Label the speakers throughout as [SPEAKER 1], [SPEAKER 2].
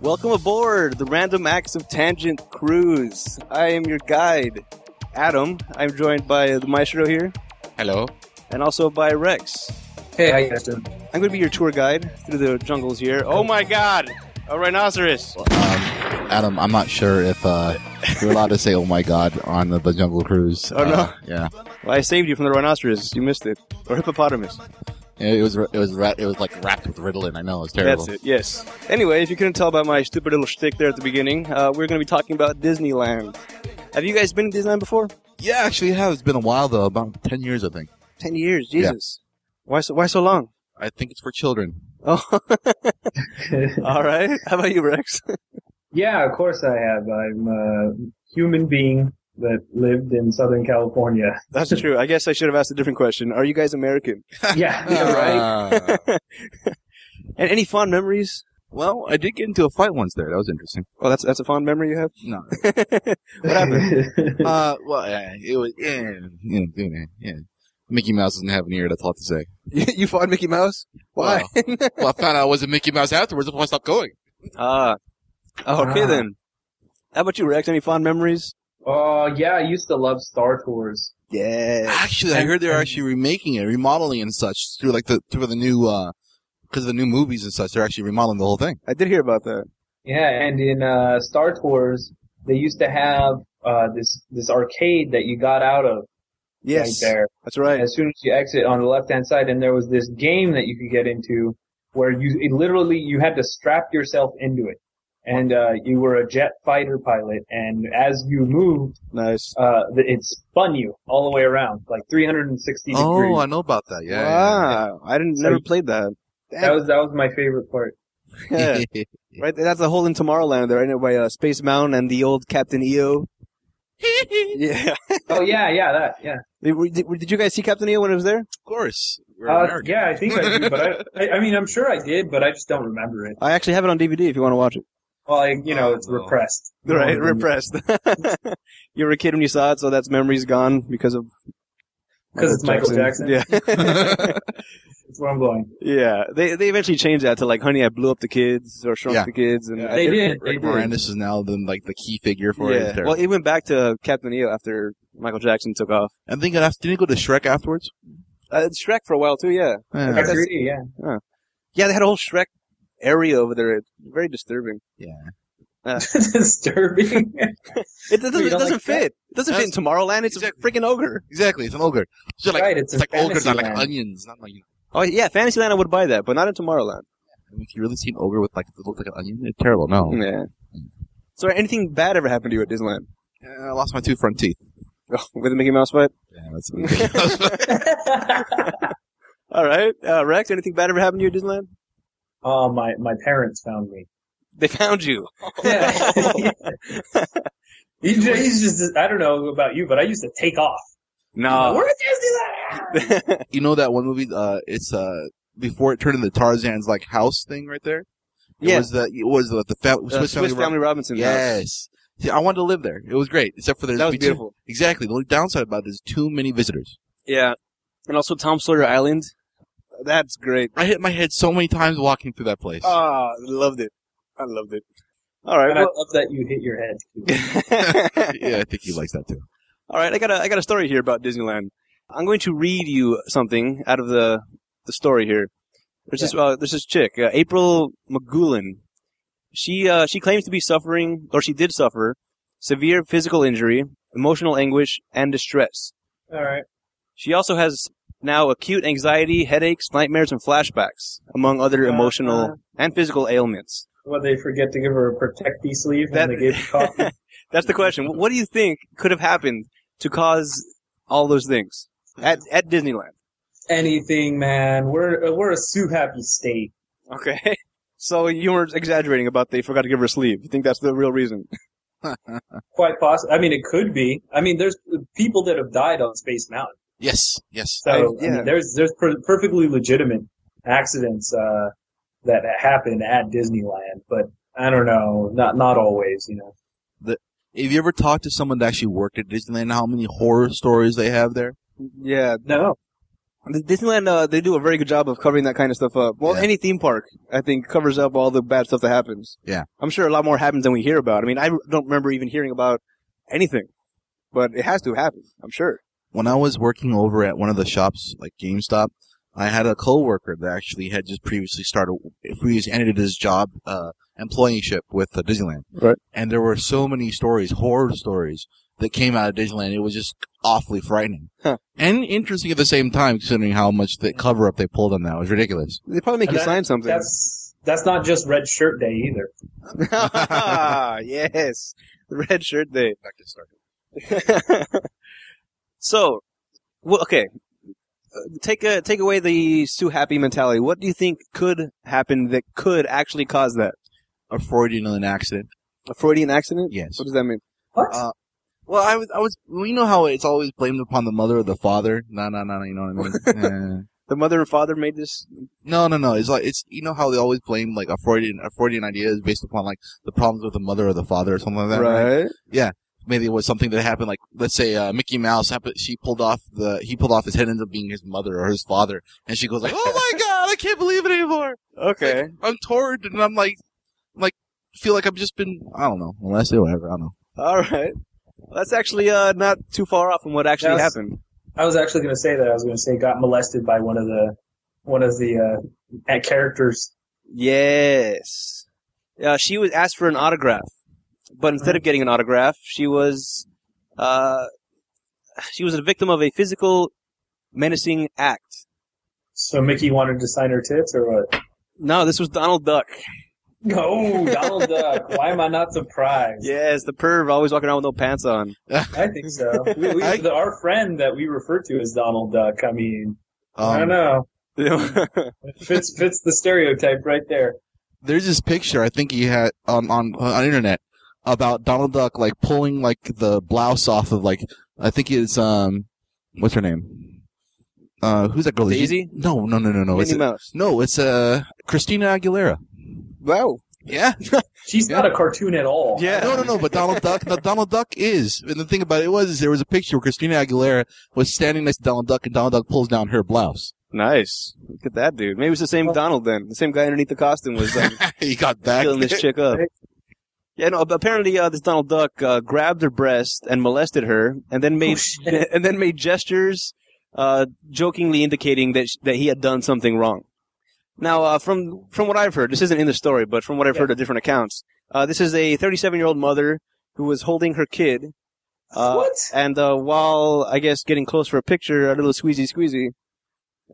[SPEAKER 1] Welcome aboard the Random Acts of Tangent Cruise. I am your guide, Adam. I'm joined by the maestro here
[SPEAKER 2] Hello.
[SPEAKER 1] and also by Rex.
[SPEAKER 3] Hey, how you guys doing?
[SPEAKER 1] I'm going to be your tour guide through the jungles here. Oh my god! A rhinoceros!
[SPEAKER 2] Um, Adam, I'm not sure if uh, you're allowed to say "Oh my God" on the, the Jungle Cruise.
[SPEAKER 1] Oh, no.
[SPEAKER 2] Uh, yeah,
[SPEAKER 1] Well, I saved you from the rhinoceros. You missed it. Or hippopotamus.
[SPEAKER 2] it was it was ra- it was like wrapped with Ritalin. I know it's terrible.
[SPEAKER 1] That's it, yes. Anyway, if you couldn't tell by my stupid little shtick there at the beginning, uh, we're going to be talking about Disneyland. Have you guys been to Disneyland before?
[SPEAKER 2] Yeah, actually, it has it's been a while though, about ten years, I think.
[SPEAKER 1] Ten years,
[SPEAKER 2] Yeah.
[SPEAKER 1] Jesus. Why so? Why so long?
[SPEAKER 2] I think it's for children.
[SPEAKER 1] Oh, all right. How about you, Rex?
[SPEAKER 3] yeah, of course I have. I'm a human being that lived in Southern California.
[SPEAKER 1] That's true. I guess I should have asked a different question. Are you guys American?
[SPEAKER 3] yeah, yeah, right.
[SPEAKER 2] Uh,
[SPEAKER 1] And any fond memories?
[SPEAKER 2] well, I did get into a fight once there. That was interesting.
[SPEAKER 1] Oh, that's that's a fond memory you have.
[SPEAKER 2] No.
[SPEAKER 1] What happened?
[SPEAKER 2] Uh, well, uh, it was yeah, yeah, yeah, yeah. Mickey Mouse doesn't have an ear. That's all I have to say.
[SPEAKER 1] you, you fond Mickey Mouse? Why?
[SPEAKER 2] Well, well, I found out I wasn't Mickey Mouse afterwards. That's why I stopped going.
[SPEAKER 1] Ah. Oh, okay
[SPEAKER 3] Ah.
[SPEAKER 1] then. How about you, Rex? Any fond memories?
[SPEAKER 3] Oh, yeah, I used to love Star Tours.
[SPEAKER 1] Yeah.
[SPEAKER 2] Actually, I heard they're actually remaking it, remodeling it and such through like the through the new uh because of the new movies and such. They're actually remodeling the whole thing.
[SPEAKER 1] I did hear about that.
[SPEAKER 3] Yeah, and in uh, Star Tours, they used to have uh, this this arcade that you got out of
[SPEAKER 1] Yes.
[SPEAKER 3] right there.
[SPEAKER 1] That's right.
[SPEAKER 3] As soon as you exit on the left hand side, and there was this game that you could get into where you it literally you had to strap yourself into it, and uh, you were a jet fighter pilot, and as you moved,
[SPEAKER 1] Nice.
[SPEAKER 3] uh, th- it spun you all the way around, like 360
[SPEAKER 2] Oh,
[SPEAKER 3] degrees.
[SPEAKER 2] I know about that. Yeah.
[SPEAKER 1] wow. I didn't
[SPEAKER 3] So
[SPEAKER 1] never
[SPEAKER 3] you-
[SPEAKER 1] played that.
[SPEAKER 3] That was that was my favorite part.
[SPEAKER 1] Yeah.
[SPEAKER 2] yeah, yeah.
[SPEAKER 1] Right, that's the hole in Tomorrowland there, right by uh, Space Mountain and the old Captain E EO. yeah.
[SPEAKER 3] Oh yeah, yeah, that yeah.
[SPEAKER 1] Did, did, did you guys see Captain EO when it was there?
[SPEAKER 2] of course. We're
[SPEAKER 3] Uh,
[SPEAKER 2] American.
[SPEAKER 3] yeah, I think I do, but I, I I mean I'm sure I did, but I just don't remember it.
[SPEAKER 1] I actually have it on DVD if you want to watch it.
[SPEAKER 3] Well, I, you know it's
[SPEAKER 2] Oh.
[SPEAKER 3] repressed.
[SPEAKER 1] Right,
[SPEAKER 3] Um,
[SPEAKER 1] repressed. you were a kid when you saw it, so that's memory's gone because of
[SPEAKER 3] 'Cause it's Michael
[SPEAKER 1] Yeah,
[SPEAKER 3] That's where I'm going.
[SPEAKER 1] yeah. They they eventually changed that to like, "Honey, I blew up the kids" or "Shrunk
[SPEAKER 2] Yeah.
[SPEAKER 1] the kids," and
[SPEAKER 2] Yeah.
[SPEAKER 1] I
[SPEAKER 3] They
[SPEAKER 1] think-
[SPEAKER 3] did. They
[SPEAKER 2] Rick
[SPEAKER 3] did.
[SPEAKER 2] Moranis is now the like the key figure for it.
[SPEAKER 1] Yeah.
[SPEAKER 2] There.
[SPEAKER 1] Well, it went back to Captain EO after Michael Jackson took off.
[SPEAKER 2] I think it has, didn't it go to Shrek afterwards.
[SPEAKER 1] Uh, Shrek for a while too. Yeah,
[SPEAKER 2] Yeah.
[SPEAKER 1] That's-
[SPEAKER 3] Agree, yeah.
[SPEAKER 1] yeah. They had a whole Shrek area over there. It's very disturbing.
[SPEAKER 3] disturbing.
[SPEAKER 1] It, doesn't,
[SPEAKER 3] you
[SPEAKER 1] it
[SPEAKER 3] don't
[SPEAKER 1] doesn't
[SPEAKER 3] like
[SPEAKER 1] fit. It doesn't fit in Tomorrowland. It's a freaking ogre.
[SPEAKER 2] Exactly. It's an ogre. It's just like
[SPEAKER 3] right, it's,
[SPEAKER 2] it's like
[SPEAKER 3] in
[SPEAKER 2] ogres, not like
[SPEAKER 3] Fantasyland.
[SPEAKER 2] onions. Not like you know,
[SPEAKER 1] Oh yeah, Fantasyland I would buy that, but not in Tomorrowland.
[SPEAKER 2] I mean, if you really see an ogre with like it looks like an onion, it's terrible. No.
[SPEAKER 1] Yeah. So anything bad ever happened to you at Disneyland?
[SPEAKER 2] Yeah, I lost my two front teeth.
[SPEAKER 1] With the Mickey Mouse fight?
[SPEAKER 2] Yeah, that's.
[SPEAKER 1] All right. Uh, Rex, anything bad ever happened to you at Disneyland?
[SPEAKER 3] oh, my, my parents found me.
[SPEAKER 1] They found you.
[SPEAKER 3] Yeah. he's, just, he's just, I don't know about you, but I used to take off.
[SPEAKER 1] No.
[SPEAKER 3] We're at Disneyland!
[SPEAKER 2] you know that one movie? Uh, it's uh before it turned into Tarzan's like house thing right there. It
[SPEAKER 1] Yeah.
[SPEAKER 2] was the it was the, the fa-
[SPEAKER 1] Uh,
[SPEAKER 2] Swiss, family. Ro-
[SPEAKER 1] Robinson. house.
[SPEAKER 2] yes. See, I wanted to live there. It was great, except for there's
[SPEAKER 1] That was
[SPEAKER 2] be too-
[SPEAKER 1] beautiful.
[SPEAKER 2] exactly. The only downside about it is too many visitors.
[SPEAKER 1] Yeah. And also Tom Sawyer Island. That's great.
[SPEAKER 2] I hit my head so many times walking through that place.
[SPEAKER 1] Ah, loved it. I loved it. All right.
[SPEAKER 3] And I
[SPEAKER 1] Well,
[SPEAKER 3] love that you hit your head.
[SPEAKER 2] yeah, I think he likes that too.
[SPEAKER 1] all right. I got a I got a story here about Disneyland. I'm going to read you something out of the the story here. There's this uh, there's this chick, uh, April McGoolin. She uh, she claims to be suffering, or she did suffer, severe physical injury, emotional anguish, and distress.
[SPEAKER 3] Alright.
[SPEAKER 1] She also has now acute anxiety, headaches, nightmares, and flashbacks, among other
[SPEAKER 3] Uh,
[SPEAKER 1] emotional and physical ailments.
[SPEAKER 3] Well, they forget to give her a protectee sleeve
[SPEAKER 1] That-
[SPEAKER 3] when they gave her coffee.
[SPEAKER 1] That's the question. What do you think could have happened to cause all those things at, at Disneyland?
[SPEAKER 3] Anything, man. We're, we're a Sue happy state.
[SPEAKER 1] Okay. So you were exaggerating about they forgot to give her a sleeve. You think that's the real reason?
[SPEAKER 3] Quite possible. I mean, it could be. I mean, there's people that have died on Space Mountain.
[SPEAKER 2] Yes, yes.
[SPEAKER 3] So
[SPEAKER 1] I-
[SPEAKER 3] I
[SPEAKER 1] yeah.
[SPEAKER 3] mean, there's there's per- perfectly legitimate accidents uh, that happen at Disneyland, but I don't know, not not always, you know.
[SPEAKER 2] Have you ever talked to someone that actually worked at Disneyland? How many horror stories they have there?
[SPEAKER 1] Yeah.
[SPEAKER 3] No,
[SPEAKER 1] The Disneyland, uh, they do a very good job of covering that kind of stuff up. Well,
[SPEAKER 2] Yeah.
[SPEAKER 1] any theme park, I think, covers up all the bad stuff that happens.
[SPEAKER 2] Yeah.
[SPEAKER 1] I'm sure a lot more happens than we hear about. I mean, I don't remember even hearing about anything, but it has to happen, I'm sure.
[SPEAKER 2] when I was working over at one of the shops, like GameStop, I had a coworker that actually had just previously started, previously ended his job, uh, employeeship with uh, Disneyland.
[SPEAKER 1] Right.
[SPEAKER 2] And there were so many stories, horror stories, that came out of Disneyland. It was just awfully frightening.
[SPEAKER 1] Huh.
[SPEAKER 2] And interesting at the same time, considering how much the cover up they pulled on that. It was ridiculous.
[SPEAKER 1] They probably make
[SPEAKER 3] And
[SPEAKER 1] you
[SPEAKER 3] that-
[SPEAKER 1] sign something.
[SPEAKER 3] That's that's not just Red Shirt Day either.
[SPEAKER 1] yes. The red shirt day. so, well, okay. Uh, Take a, take away the Sue Happy mentality. What do you think could happen that could actually cause that?
[SPEAKER 2] A Freudian an accident.
[SPEAKER 1] A Freudian accident?
[SPEAKER 2] Yes.
[SPEAKER 1] What does that mean?
[SPEAKER 3] What?
[SPEAKER 2] Uh, Well, I was, I was, well, you know how it's always blamed upon the mother or the father? No, no, no, no, you know what I mean? Eh.
[SPEAKER 1] The mother and father made this.
[SPEAKER 2] No, no, no. It's like it's you know how they always blame like a Freudian a Freudian idea is based upon like the problems with the mother or the father or something like that. Maybe it was something that happened like let's say uh, Mickey Mouse happened, she pulled off the he pulled off his head ends up being his mother or his father and she goes like oh my god I can't believe it anymore
[SPEAKER 1] Okay.
[SPEAKER 2] I'm torn and I'm like I'm like feel like I've just been I don't know unless it whatever I don't know
[SPEAKER 1] All right. Well, that's actually uh, not too far off from what actually
[SPEAKER 3] Yes.
[SPEAKER 1] happened.
[SPEAKER 3] I was actually going to say that. I was going to say got molested by one of the one of the uh, uh, characters.
[SPEAKER 1] Yes. Uh, she was asked for an autograph, but instead
[SPEAKER 2] Oh.
[SPEAKER 1] of getting an autograph, she was uh, she was a victim of a physical menacing act.
[SPEAKER 3] So Mickey wanted to sign her tits or what?
[SPEAKER 1] No, this was Donald Duck.
[SPEAKER 3] No, Donald Duck. Why am I not surprised?
[SPEAKER 1] Yes, the perv always walking around with no pants on.
[SPEAKER 3] I think so. We, we,
[SPEAKER 2] I-
[SPEAKER 3] the, our friend that we refer to as Donald Duck. I mean, I
[SPEAKER 2] um,
[SPEAKER 3] don't know.
[SPEAKER 1] yeah,
[SPEAKER 3] Fits fits the stereotype right there.
[SPEAKER 2] there's this picture I think he had on on on internet about Donald Duck like pulling like the blouse off of like I think it's um what's her name uh who's that girl
[SPEAKER 1] Daisy?
[SPEAKER 2] no no no no no it's
[SPEAKER 1] Minnie Mouse.
[SPEAKER 2] no it's uh Christina Aguilera
[SPEAKER 1] Wow.
[SPEAKER 2] yeah
[SPEAKER 3] She's not a cartoon at all.
[SPEAKER 1] Yeah.
[SPEAKER 2] no no no but Donald Duck no, Donald Duck is and the thing about it was is there was a picture where Christina Aguilera was standing next to Donald Duck and Donald Duck pulls down her blouse
[SPEAKER 1] Nice. Look at that dude. Maybe it's the same Donald then. The same guy underneath the costume was um,
[SPEAKER 2] he got back
[SPEAKER 1] Filling this chick up.
[SPEAKER 3] Right.
[SPEAKER 1] Yeah, no. Apparently, uh, this Donald Duck uh, grabbed her breast and molested her, and then made
[SPEAKER 3] shit.
[SPEAKER 1] and then made gestures, uh, jokingly indicating that sh- that he had done something wrong. Now, uh, from from what I've heard, this isn't in the story, but from what I've
[SPEAKER 3] Yeah.
[SPEAKER 1] heard of different accounts, uh, this is a 37 year old mother who was holding her kid, uh,
[SPEAKER 3] what?
[SPEAKER 1] and uh, while I guess getting close for a picture, a little squeezy squeezy,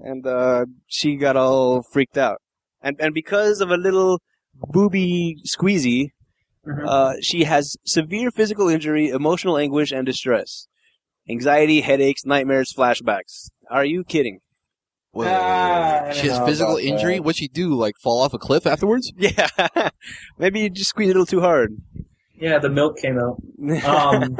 [SPEAKER 1] and uh, she got all freaked out, and and because of a little booby squeezy,
[SPEAKER 3] Mhm.
[SPEAKER 1] uh, she has severe physical injury, emotional anguish, and distress, anxiety, headaches, nightmares, flashbacks. Are you kidding?
[SPEAKER 2] Whoa.
[SPEAKER 3] Ah, I don't
[SPEAKER 2] she has
[SPEAKER 3] know
[SPEAKER 2] physical
[SPEAKER 3] about that.
[SPEAKER 2] injury what'd she do like fall off a cliff afterwards
[SPEAKER 1] Yeah, maybe you just squeeze a little too hard.
[SPEAKER 3] yeah, the milk came out. Um,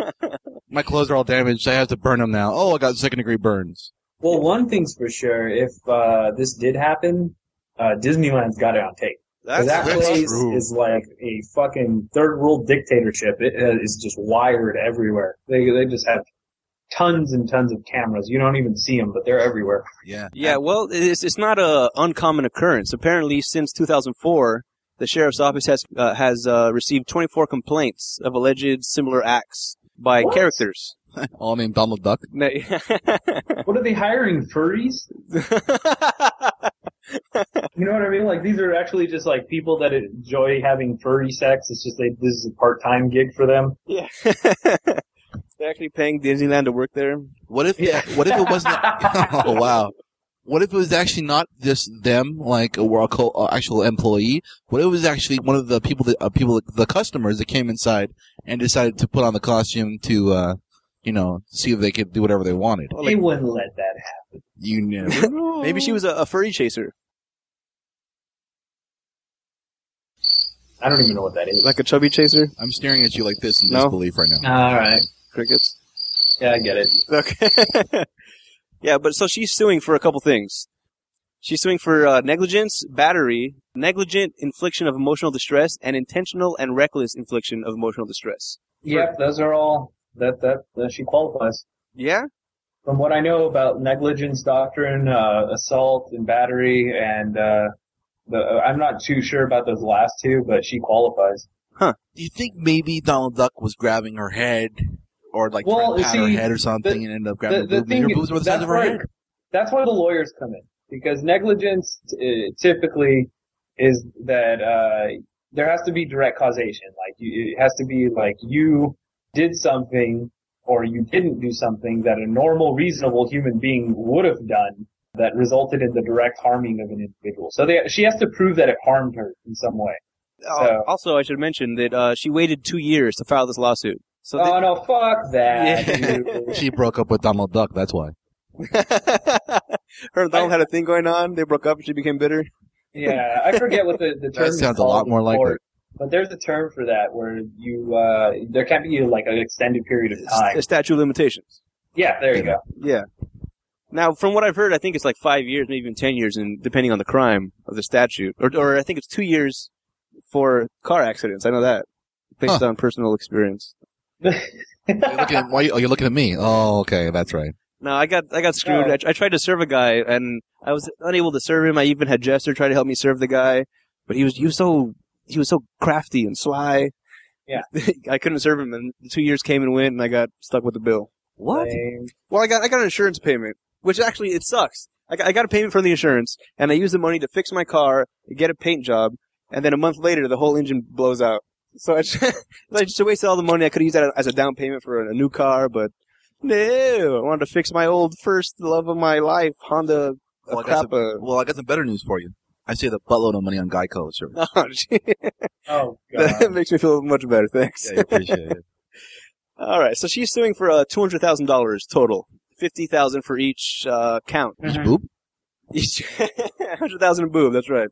[SPEAKER 2] My clothes are all damaged. I have to burn them now. Oh, I got second degree burns.
[SPEAKER 3] well, one thing's for sure: if uh, this did happen, uh, Disneyland's got it on tape. 'Cause that
[SPEAKER 2] that's
[SPEAKER 3] place
[SPEAKER 2] true.
[SPEAKER 3] is like a fucking third world dictatorship. It uh, is just wired everywhere. They they just have tons and tons of cameras. You don't even see them, but they're everywhere.
[SPEAKER 2] Yeah.
[SPEAKER 1] Yeah, well, it's it's not a uncommon occurrence. Apparently, since 2004, the sheriff's office has uh, has uh, received 24 complaints of alleged similar acts by
[SPEAKER 3] What?
[SPEAKER 1] characters.
[SPEAKER 2] All named Oh, Donald Duck.
[SPEAKER 1] Na-
[SPEAKER 3] What are they hiring furries? You know what I mean? Like these are actually just like people that enjoy having furry sex. It's just they this is a part time gig for them.
[SPEAKER 1] yeah, they're actually paying Disneyland to work there.
[SPEAKER 2] What if?
[SPEAKER 3] Yeah.
[SPEAKER 2] What if it wasn't? oh wow. What if it was actually not just them, like a world co- uh, actual employee? What if it was actually one of the people that uh, people the customers that came inside and decided to put on the costume to, uh, you know, see if they could do whatever they wanted.
[SPEAKER 1] Well,
[SPEAKER 3] they
[SPEAKER 1] like,
[SPEAKER 3] wouldn't let that happen.
[SPEAKER 2] You never. know.
[SPEAKER 1] maybe she was a, a furry chaser,
[SPEAKER 3] I don't even know what that is.
[SPEAKER 1] like a chubby chaser.
[SPEAKER 2] I'm staring at you like this in
[SPEAKER 1] No.
[SPEAKER 2] disbelief right now.
[SPEAKER 3] All right.
[SPEAKER 1] Crickets.
[SPEAKER 3] Yeah, I get it.
[SPEAKER 1] Okay. yeah, but so she's suing for a couple things. She's suing for uh, negligence, battery, negligent infliction of emotional distress, and intentional and reckless infliction of emotional distress.
[SPEAKER 3] Yep, those are all that that, that she qualifies.
[SPEAKER 1] Yeah?
[SPEAKER 3] from what I know about negligence doctrine, uh, assault and battery, and uh, the, I'm not too sure about those last two, but she qualifies.
[SPEAKER 2] Do you think maybe Donald Duck was grabbing her head or like trying
[SPEAKER 3] Well,
[SPEAKER 2] to pat her
[SPEAKER 3] see,
[SPEAKER 2] head or something
[SPEAKER 3] the-
[SPEAKER 2] and ended up grabbing
[SPEAKER 3] The, the
[SPEAKER 2] her boob? And
[SPEAKER 3] thing
[SPEAKER 2] Her
[SPEAKER 3] is,
[SPEAKER 2] boobs were the size
[SPEAKER 3] that's
[SPEAKER 2] of her
[SPEAKER 3] why-
[SPEAKER 2] head.
[SPEAKER 3] That's why the lawyers come in because negligence uh, typically is that uh, there has to be direct causation. Like you, it has to be like you did something or you didn't do something that a normal, reasonable human being would have done that resulted in the direct harming of an individual. So they, she has to prove that it harmed her in some way.
[SPEAKER 1] Uh,
[SPEAKER 3] So-
[SPEAKER 1] also, I should mention that uh, she waited two years to file this lawsuit. So
[SPEAKER 3] oh no, fuck that.
[SPEAKER 1] Yeah.
[SPEAKER 3] dude.
[SPEAKER 2] She broke up with Donald Duck. That's why.
[SPEAKER 1] her and Donald had a thing going on. They broke up and she became bitter.
[SPEAKER 3] Yeah, I forget what the, the term is
[SPEAKER 2] sounds a
[SPEAKER 3] called
[SPEAKER 2] lot more
[SPEAKER 3] in
[SPEAKER 2] like
[SPEAKER 3] court, But there's a term for that where you uh, there can't be like an extended period of time.
[SPEAKER 1] A statute of limitations.
[SPEAKER 3] Yeah, there you go.
[SPEAKER 1] Yeah. Now, from what I've heard, I think it's like five years, maybe even ten years, and depending on the crime of the statute, or, or I think it's two years for car accidents. I know that based on personal experience.
[SPEAKER 2] You're looking at, why you, oh, you're looking at me. Oh, okay, that's right.
[SPEAKER 1] No, I got I got screwed.
[SPEAKER 3] Oh.
[SPEAKER 1] I, I tried to serve a guy, and I was unable to serve him. I even had Jester try to help me serve the guy, but he was he was so he was so crafty and sly.
[SPEAKER 3] Yeah.
[SPEAKER 1] I couldn't serve him, and the two years came and went, and I got stuck with the bill. What?
[SPEAKER 3] Lame.
[SPEAKER 1] Well, I got I got an insurance payment, which actually it sucks. I got, I got a payment from the insurance, and I used the money to fix my car, get a paint job, and then a month later the whole engine blows out. So I just, I just wasted all the money. I could have used that as a down payment for a new car, but no, I wanted to fix my old first love of my life Honda
[SPEAKER 2] Well, I got some-
[SPEAKER 1] Acrapa.
[SPEAKER 2] Well, I got some better news for you. I saved a buttload of money on Geico insurance.
[SPEAKER 1] Oh, gee,
[SPEAKER 3] Oh
[SPEAKER 1] that
[SPEAKER 3] god.
[SPEAKER 1] makes me feel much better. Thanks.
[SPEAKER 2] Yeah, I appreciate it.
[SPEAKER 1] All right, so she's suing for uh, two hundred thousand dollars total, fifty thousand for each uh, count.
[SPEAKER 2] Each
[SPEAKER 3] Mhm.
[SPEAKER 2] boob?
[SPEAKER 1] hundred thousand boob. That's right.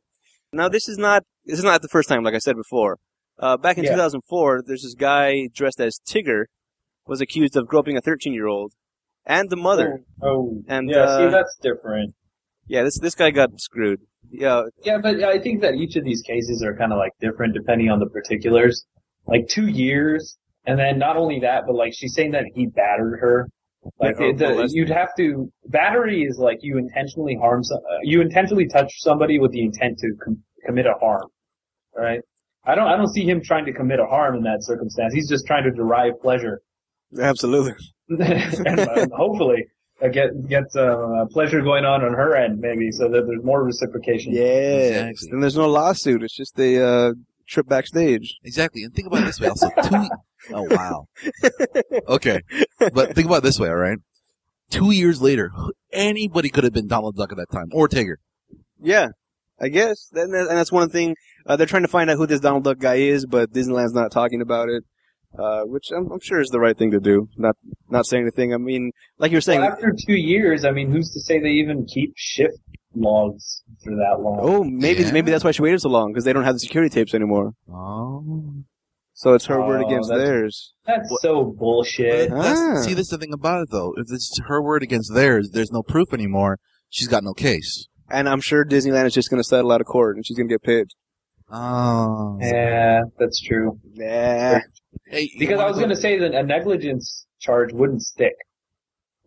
[SPEAKER 1] Now this is not this is not the first time. Like I said before, uh, back in
[SPEAKER 3] Yeah.
[SPEAKER 1] 2004, there's this guy dressed as Tigger was accused of groping a 13 year old and the mother.
[SPEAKER 3] Oh,
[SPEAKER 1] And,
[SPEAKER 3] yeah.
[SPEAKER 1] uh,
[SPEAKER 3] see, that's different.
[SPEAKER 1] Yeah, this this guy got screwed. Yeah,
[SPEAKER 3] Yeah, but I think that each of these cases are kind of like different depending on the particulars. Like two years, and then not only that, but like she's saying that he battered her. Like
[SPEAKER 1] Yeah, or
[SPEAKER 3] it- the-
[SPEAKER 1] molested.
[SPEAKER 3] you'd have to battery is like you intentionally harm some, uh, you intentionally touch somebody with the intent to com- commit a harm, right? I don't I don't see him trying to commit a harm in that circumstance. He's just trying to derive pleasure.
[SPEAKER 1] absolutely.
[SPEAKER 3] and uh, hopefully uh, get get some uh, pleasure going on on her end, maybe, so that there's more reciprocation.
[SPEAKER 1] Yeah,
[SPEAKER 2] Exactly.
[SPEAKER 1] and there's no lawsuit. It's just a uh, trip backstage.
[SPEAKER 2] Exactly. And think about it this way. I'll say two. Oh wow. Okay, but think about it this way. All right. Two years later, anybody could have been Donald Duck at that time or Tigger.
[SPEAKER 1] Yeah, I guess. Then that- and that's one thing. Uh, they're trying to find out who this Donald Duck guy is, but Disneyland's not talking about it, uh, which I'm, I'm sure is the right thing to do. Not not saying anything. I mean, like you were saying.
[SPEAKER 3] Well, after two years, I mean, who's to say they even keep shift logs for that long?
[SPEAKER 1] Oh, maybe
[SPEAKER 2] Yeah.
[SPEAKER 1] maybe that's why she waited so long because they don't have the security tapes anymore.
[SPEAKER 2] Oh.
[SPEAKER 1] So it's her word
[SPEAKER 3] Oh,
[SPEAKER 1] against
[SPEAKER 3] that's-
[SPEAKER 1] theirs.
[SPEAKER 3] That's
[SPEAKER 2] What-
[SPEAKER 3] so bullshit.
[SPEAKER 1] Ah.
[SPEAKER 2] See, that's the thing about it though. If it's her word against theirs, there's no proof anymore. She's got no case.
[SPEAKER 1] And I'm sure Disneyland is just going to settle out of court and she's going to get paid.
[SPEAKER 2] Oh.
[SPEAKER 3] Yeah, that's true.
[SPEAKER 1] Nah.
[SPEAKER 2] Hey, you
[SPEAKER 3] Because I
[SPEAKER 2] wanna
[SPEAKER 3] was
[SPEAKER 2] go-
[SPEAKER 3] going to say that a negligence charge wouldn't stick,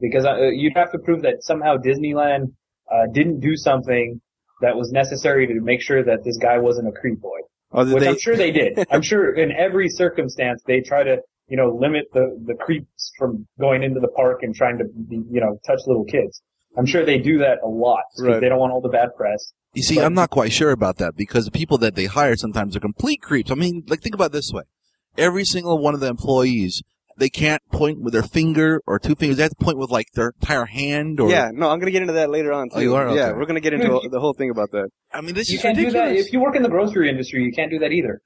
[SPEAKER 3] because uh, you'd have to prove that somehow Disneyland uh, didn't do something that was necessary to make sure that this guy wasn't a creep boy.
[SPEAKER 1] Or did
[SPEAKER 3] Which
[SPEAKER 1] they,
[SPEAKER 3] I'm sure they did. I'm sure in every circumstance they try to, you know, limit the, the creeps from going into the park and trying to, be, you know, touch little kids. I'm sure they do that a lot because
[SPEAKER 1] Right.
[SPEAKER 3] they don't want all the bad press.
[SPEAKER 2] You see, I'm not quite sure about that because the people that they hire sometimes are complete creeps. I mean, like think about it this way: every single one of the employees, they can't point with their finger or two fingers. They have to point with like their entire hand. Or
[SPEAKER 1] yeah, no, I'm going to get into that later on. Too.
[SPEAKER 2] Oh, you are?
[SPEAKER 1] Yeah,
[SPEAKER 2] Okay.
[SPEAKER 1] we're going to get into the whole thing about that.
[SPEAKER 2] I mean, this
[SPEAKER 3] You
[SPEAKER 2] is
[SPEAKER 3] can't do that.
[SPEAKER 2] ridiculous.
[SPEAKER 3] If you work in the grocery industry, you can't do that either.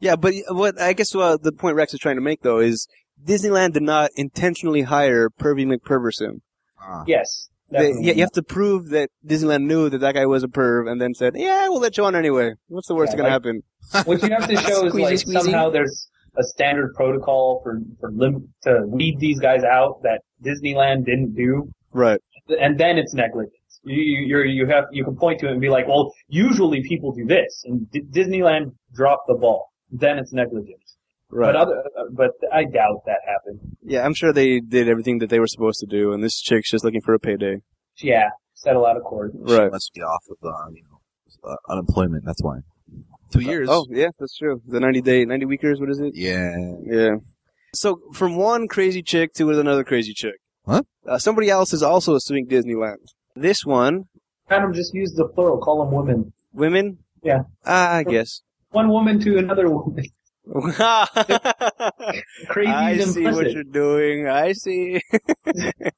[SPEAKER 1] Yeah, but what I guess uh, the point Rex is trying to make though is Disneyland did not intentionally hire Pervy McPerverson.
[SPEAKER 2] Ah.
[SPEAKER 3] Yes.
[SPEAKER 1] They,
[SPEAKER 3] definitely.
[SPEAKER 1] yeah, you have to prove that Disneyland knew that that guy was a perv, and then said, "Yeah, we'll let you on anyway. What's the worst
[SPEAKER 3] Yeah,
[SPEAKER 1] that's going
[SPEAKER 3] like-
[SPEAKER 1] to happen?"
[SPEAKER 3] what you have to show is
[SPEAKER 1] Squeezy,
[SPEAKER 3] like
[SPEAKER 1] squeezy.
[SPEAKER 3] somehow there's a standard protocol for, for lim- to weed these guys out that Disneyland didn't do.
[SPEAKER 1] Right.
[SPEAKER 3] and then it's negligence. You you you're, you have you can point to it and be like, well, usually people do this, and D- Disneyland dropped the ball. Then it's negligence.
[SPEAKER 1] Right.
[SPEAKER 3] But other, uh, but I doubt that happened.
[SPEAKER 1] yeah, I'm sure they did everything that they were supposed to do, and this chick's just looking for a payday.
[SPEAKER 3] Yeah, settle out of court.
[SPEAKER 1] Right.
[SPEAKER 2] Must be off of uh, you know uh, unemployment. That's why. Two years.
[SPEAKER 1] Oh, yeah, that's true. The 90 day, 90 weekers, what is it?
[SPEAKER 2] yeah.
[SPEAKER 1] Yeah. So from one crazy chick to another crazy chick.
[SPEAKER 2] What?
[SPEAKER 1] Uh, somebody else is also suing Disneyland. This one,
[SPEAKER 3] Kind of just use the plural, call them women.
[SPEAKER 1] women.
[SPEAKER 3] Yeah.
[SPEAKER 1] Ah, I guess.
[SPEAKER 3] One woman to another woman.
[SPEAKER 1] I
[SPEAKER 3] Crazy is
[SPEAKER 1] see what
[SPEAKER 3] implicit.
[SPEAKER 1] you're doing. I see.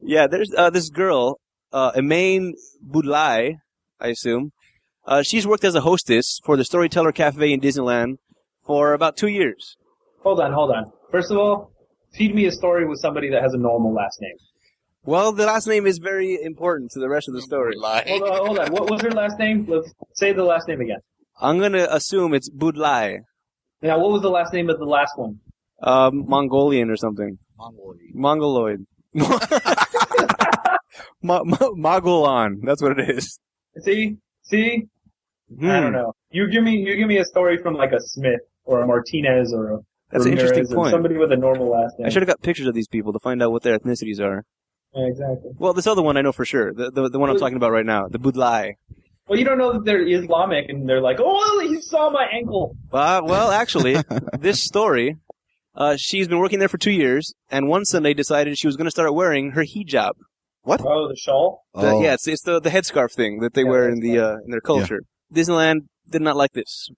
[SPEAKER 1] yeah, there's uh, this girl, uh, Emaine Boudlai, I assume. Uh, she's worked as a hostess for the Storyteller Cafe in Disneyland for about two years.
[SPEAKER 3] Hold on, hold on. First of all, feed me a story with somebody that has a normal last name.
[SPEAKER 1] Well, the last name is very important to the rest of the story.
[SPEAKER 2] Lie.
[SPEAKER 3] Hold on, hold on. What was her last name? Let's say the last name again.
[SPEAKER 1] I'm gonna assume it's Budlai,
[SPEAKER 3] Now, what was the last name of the last one?
[SPEAKER 1] um, Mongolian or something,
[SPEAKER 2] Mongoloid.
[SPEAKER 1] Mongoloid, Mo- Mo- Mo- Mogulon. That's what it is.
[SPEAKER 3] See, see, I
[SPEAKER 1] Hmm.
[SPEAKER 3] don't know. You give me, you give me a story from like a Smith or a Martinez or a
[SPEAKER 1] That's an
[SPEAKER 3] Ramirez
[SPEAKER 1] interesting
[SPEAKER 3] or
[SPEAKER 1] point.
[SPEAKER 3] Somebody with a normal last name.
[SPEAKER 1] I should have got pictures of these people to find out what their ethnicities are.
[SPEAKER 3] Yeah, exactly.
[SPEAKER 1] Well, this other one I know for sure. The the, the one I'm talking about right now, the Budlai.
[SPEAKER 3] Well, you don't know that they're Islamic and they're like, oh, he saw my ankle.
[SPEAKER 1] Uh, well, actually, this story, uh, she's been working there for two years, and one Sunday decided she was going to start wearing her hijab.
[SPEAKER 3] Oh, the shawl.
[SPEAKER 1] The,
[SPEAKER 2] Oh.
[SPEAKER 1] Yeah, it's, it's the the headscarf thing that they
[SPEAKER 3] Yeah,
[SPEAKER 1] wear in the uh, in their culture. Disneyland did not like this.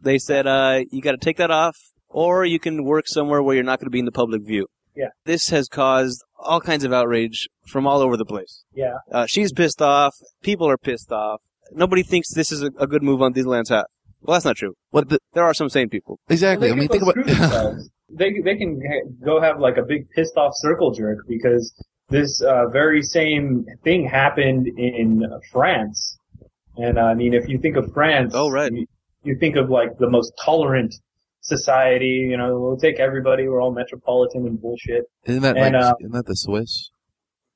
[SPEAKER 1] They said uh, you got to take that off, or you can work somewhere where you're not going to be in the public view.
[SPEAKER 3] Yeah.
[SPEAKER 1] This has caused all kinds of outrage from all over the place.
[SPEAKER 3] Yeah.
[SPEAKER 1] Uh, she's pissed off. People are pissed off. Nobody thinks this is a, a good move on Disneyland's half. Well, that's not true.
[SPEAKER 2] What the,
[SPEAKER 1] There are some sane people.
[SPEAKER 2] exactly?
[SPEAKER 3] They
[SPEAKER 2] I mean,
[SPEAKER 3] can
[SPEAKER 2] think
[SPEAKER 3] go screw
[SPEAKER 2] about.
[SPEAKER 3] themselves. they they can ha- go have like a big pissed off circle jerk because this uh, very same thing happened in France, and uh, I mean if you think of France,
[SPEAKER 1] Oh, right.
[SPEAKER 3] you, you think of like the most tolerant society. You know, we'll take everybody. We're all metropolitan and bullshit.
[SPEAKER 2] Isn't that
[SPEAKER 3] And,
[SPEAKER 2] like?
[SPEAKER 3] uh,
[SPEAKER 2] isn't that the Swiss?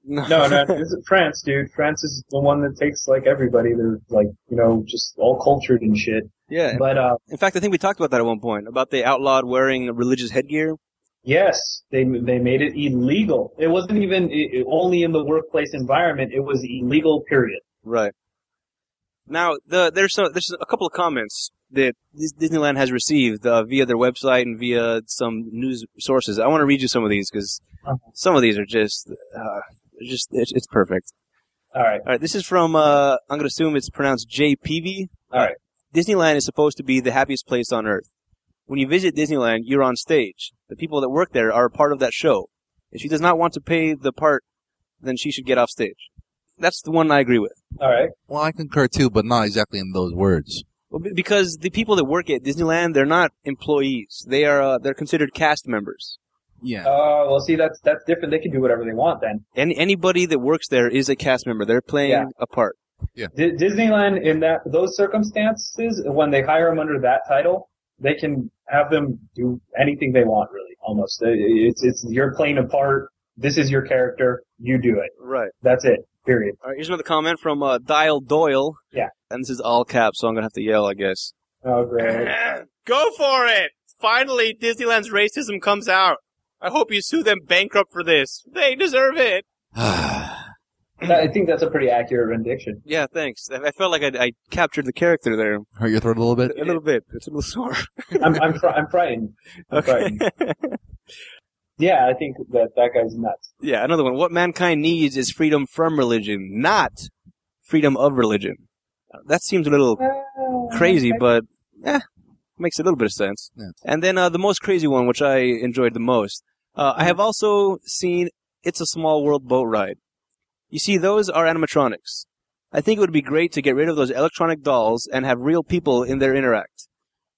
[SPEAKER 3] No, no, this is France, dude. France is the one that takes like everybody. They're like you know just all cultured and shit.
[SPEAKER 1] yeah.
[SPEAKER 3] But uh,
[SPEAKER 1] In fact, I think we talked about that at one point about they outlawed wearing religious headgear.
[SPEAKER 3] Yes, they they made it illegal. It wasn't even it, it- only in the workplace environment. It was illegal. Period.
[SPEAKER 1] Right. Now, the, there's some, there's a couple of comments that Dis- Disneyland has received uh, via their website and via some news sources. I want to read you some of these because
[SPEAKER 3] Okay.
[SPEAKER 1] some of these are just uh, just it's, it's perfect.
[SPEAKER 3] All right.
[SPEAKER 1] All right, this is from uh, I'm going to assume it's pronounced JPV.
[SPEAKER 3] All right.
[SPEAKER 1] Disneyland is supposed to be the happiest place on earth. When you visit Disneyland, you're on stage. The people that work there are a part of that show. If she does not want to pay the part, then she should get off stage. That's the one I agree with.
[SPEAKER 3] All right.
[SPEAKER 2] Well, I concur too, but not exactly in those words.
[SPEAKER 1] Well, be- because the people that work at Disneyland, they're not employees. They are uh, they're considered cast members.
[SPEAKER 2] Yeah.
[SPEAKER 3] Oh well, see that's that's different. They can do whatever they want then.
[SPEAKER 1] Any anybody that works there is a cast member. They're playing
[SPEAKER 3] Yeah.
[SPEAKER 1] a part.
[SPEAKER 3] D- Disneyland in that those circumstances, when they hire them under that title, they can have them do anything they want. Really, almost. Uh, It's it's you're playing a part. This is your character. You do it.
[SPEAKER 1] Right.
[SPEAKER 3] That's it. Period.
[SPEAKER 1] All right. Here's another comment from uh, Dial Doyle.
[SPEAKER 3] Yeah.
[SPEAKER 1] And this is all caps, so I'm gonna have to yell, I guess.
[SPEAKER 3] Oh great.
[SPEAKER 1] Go for it! Finally, Disneyland's racism comes out. I hope you sue them bankrupt for this. They deserve it.
[SPEAKER 3] Uh, I think that's a pretty accurate rendition.
[SPEAKER 1] Yeah, thanks. I, I felt like I, I captured the character there
[SPEAKER 2] Hurt your throat a little bit.
[SPEAKER 1] a little bit. It's a little sore.
[SPEAKER 3] I'm I'm, fr- I'm frightened. I'm frightened. Yeah, I think that that guy's nuts.
[SPEAKER 1] Yeah, another one. What mankind needs is freedom from religion, not freedom of religion. That seems a little crazy, but eh, makes a little bit of sense.
[SPEAKER 2] Yeah.
[SPEAKER 1] And then uh, the most crazy one, which I enjoyed the most, uh, I have also seen "It's a Small World" boat ride. You see, those are animatronics. I think it would be great to get rid of those electronic dolls and have real people in their interact.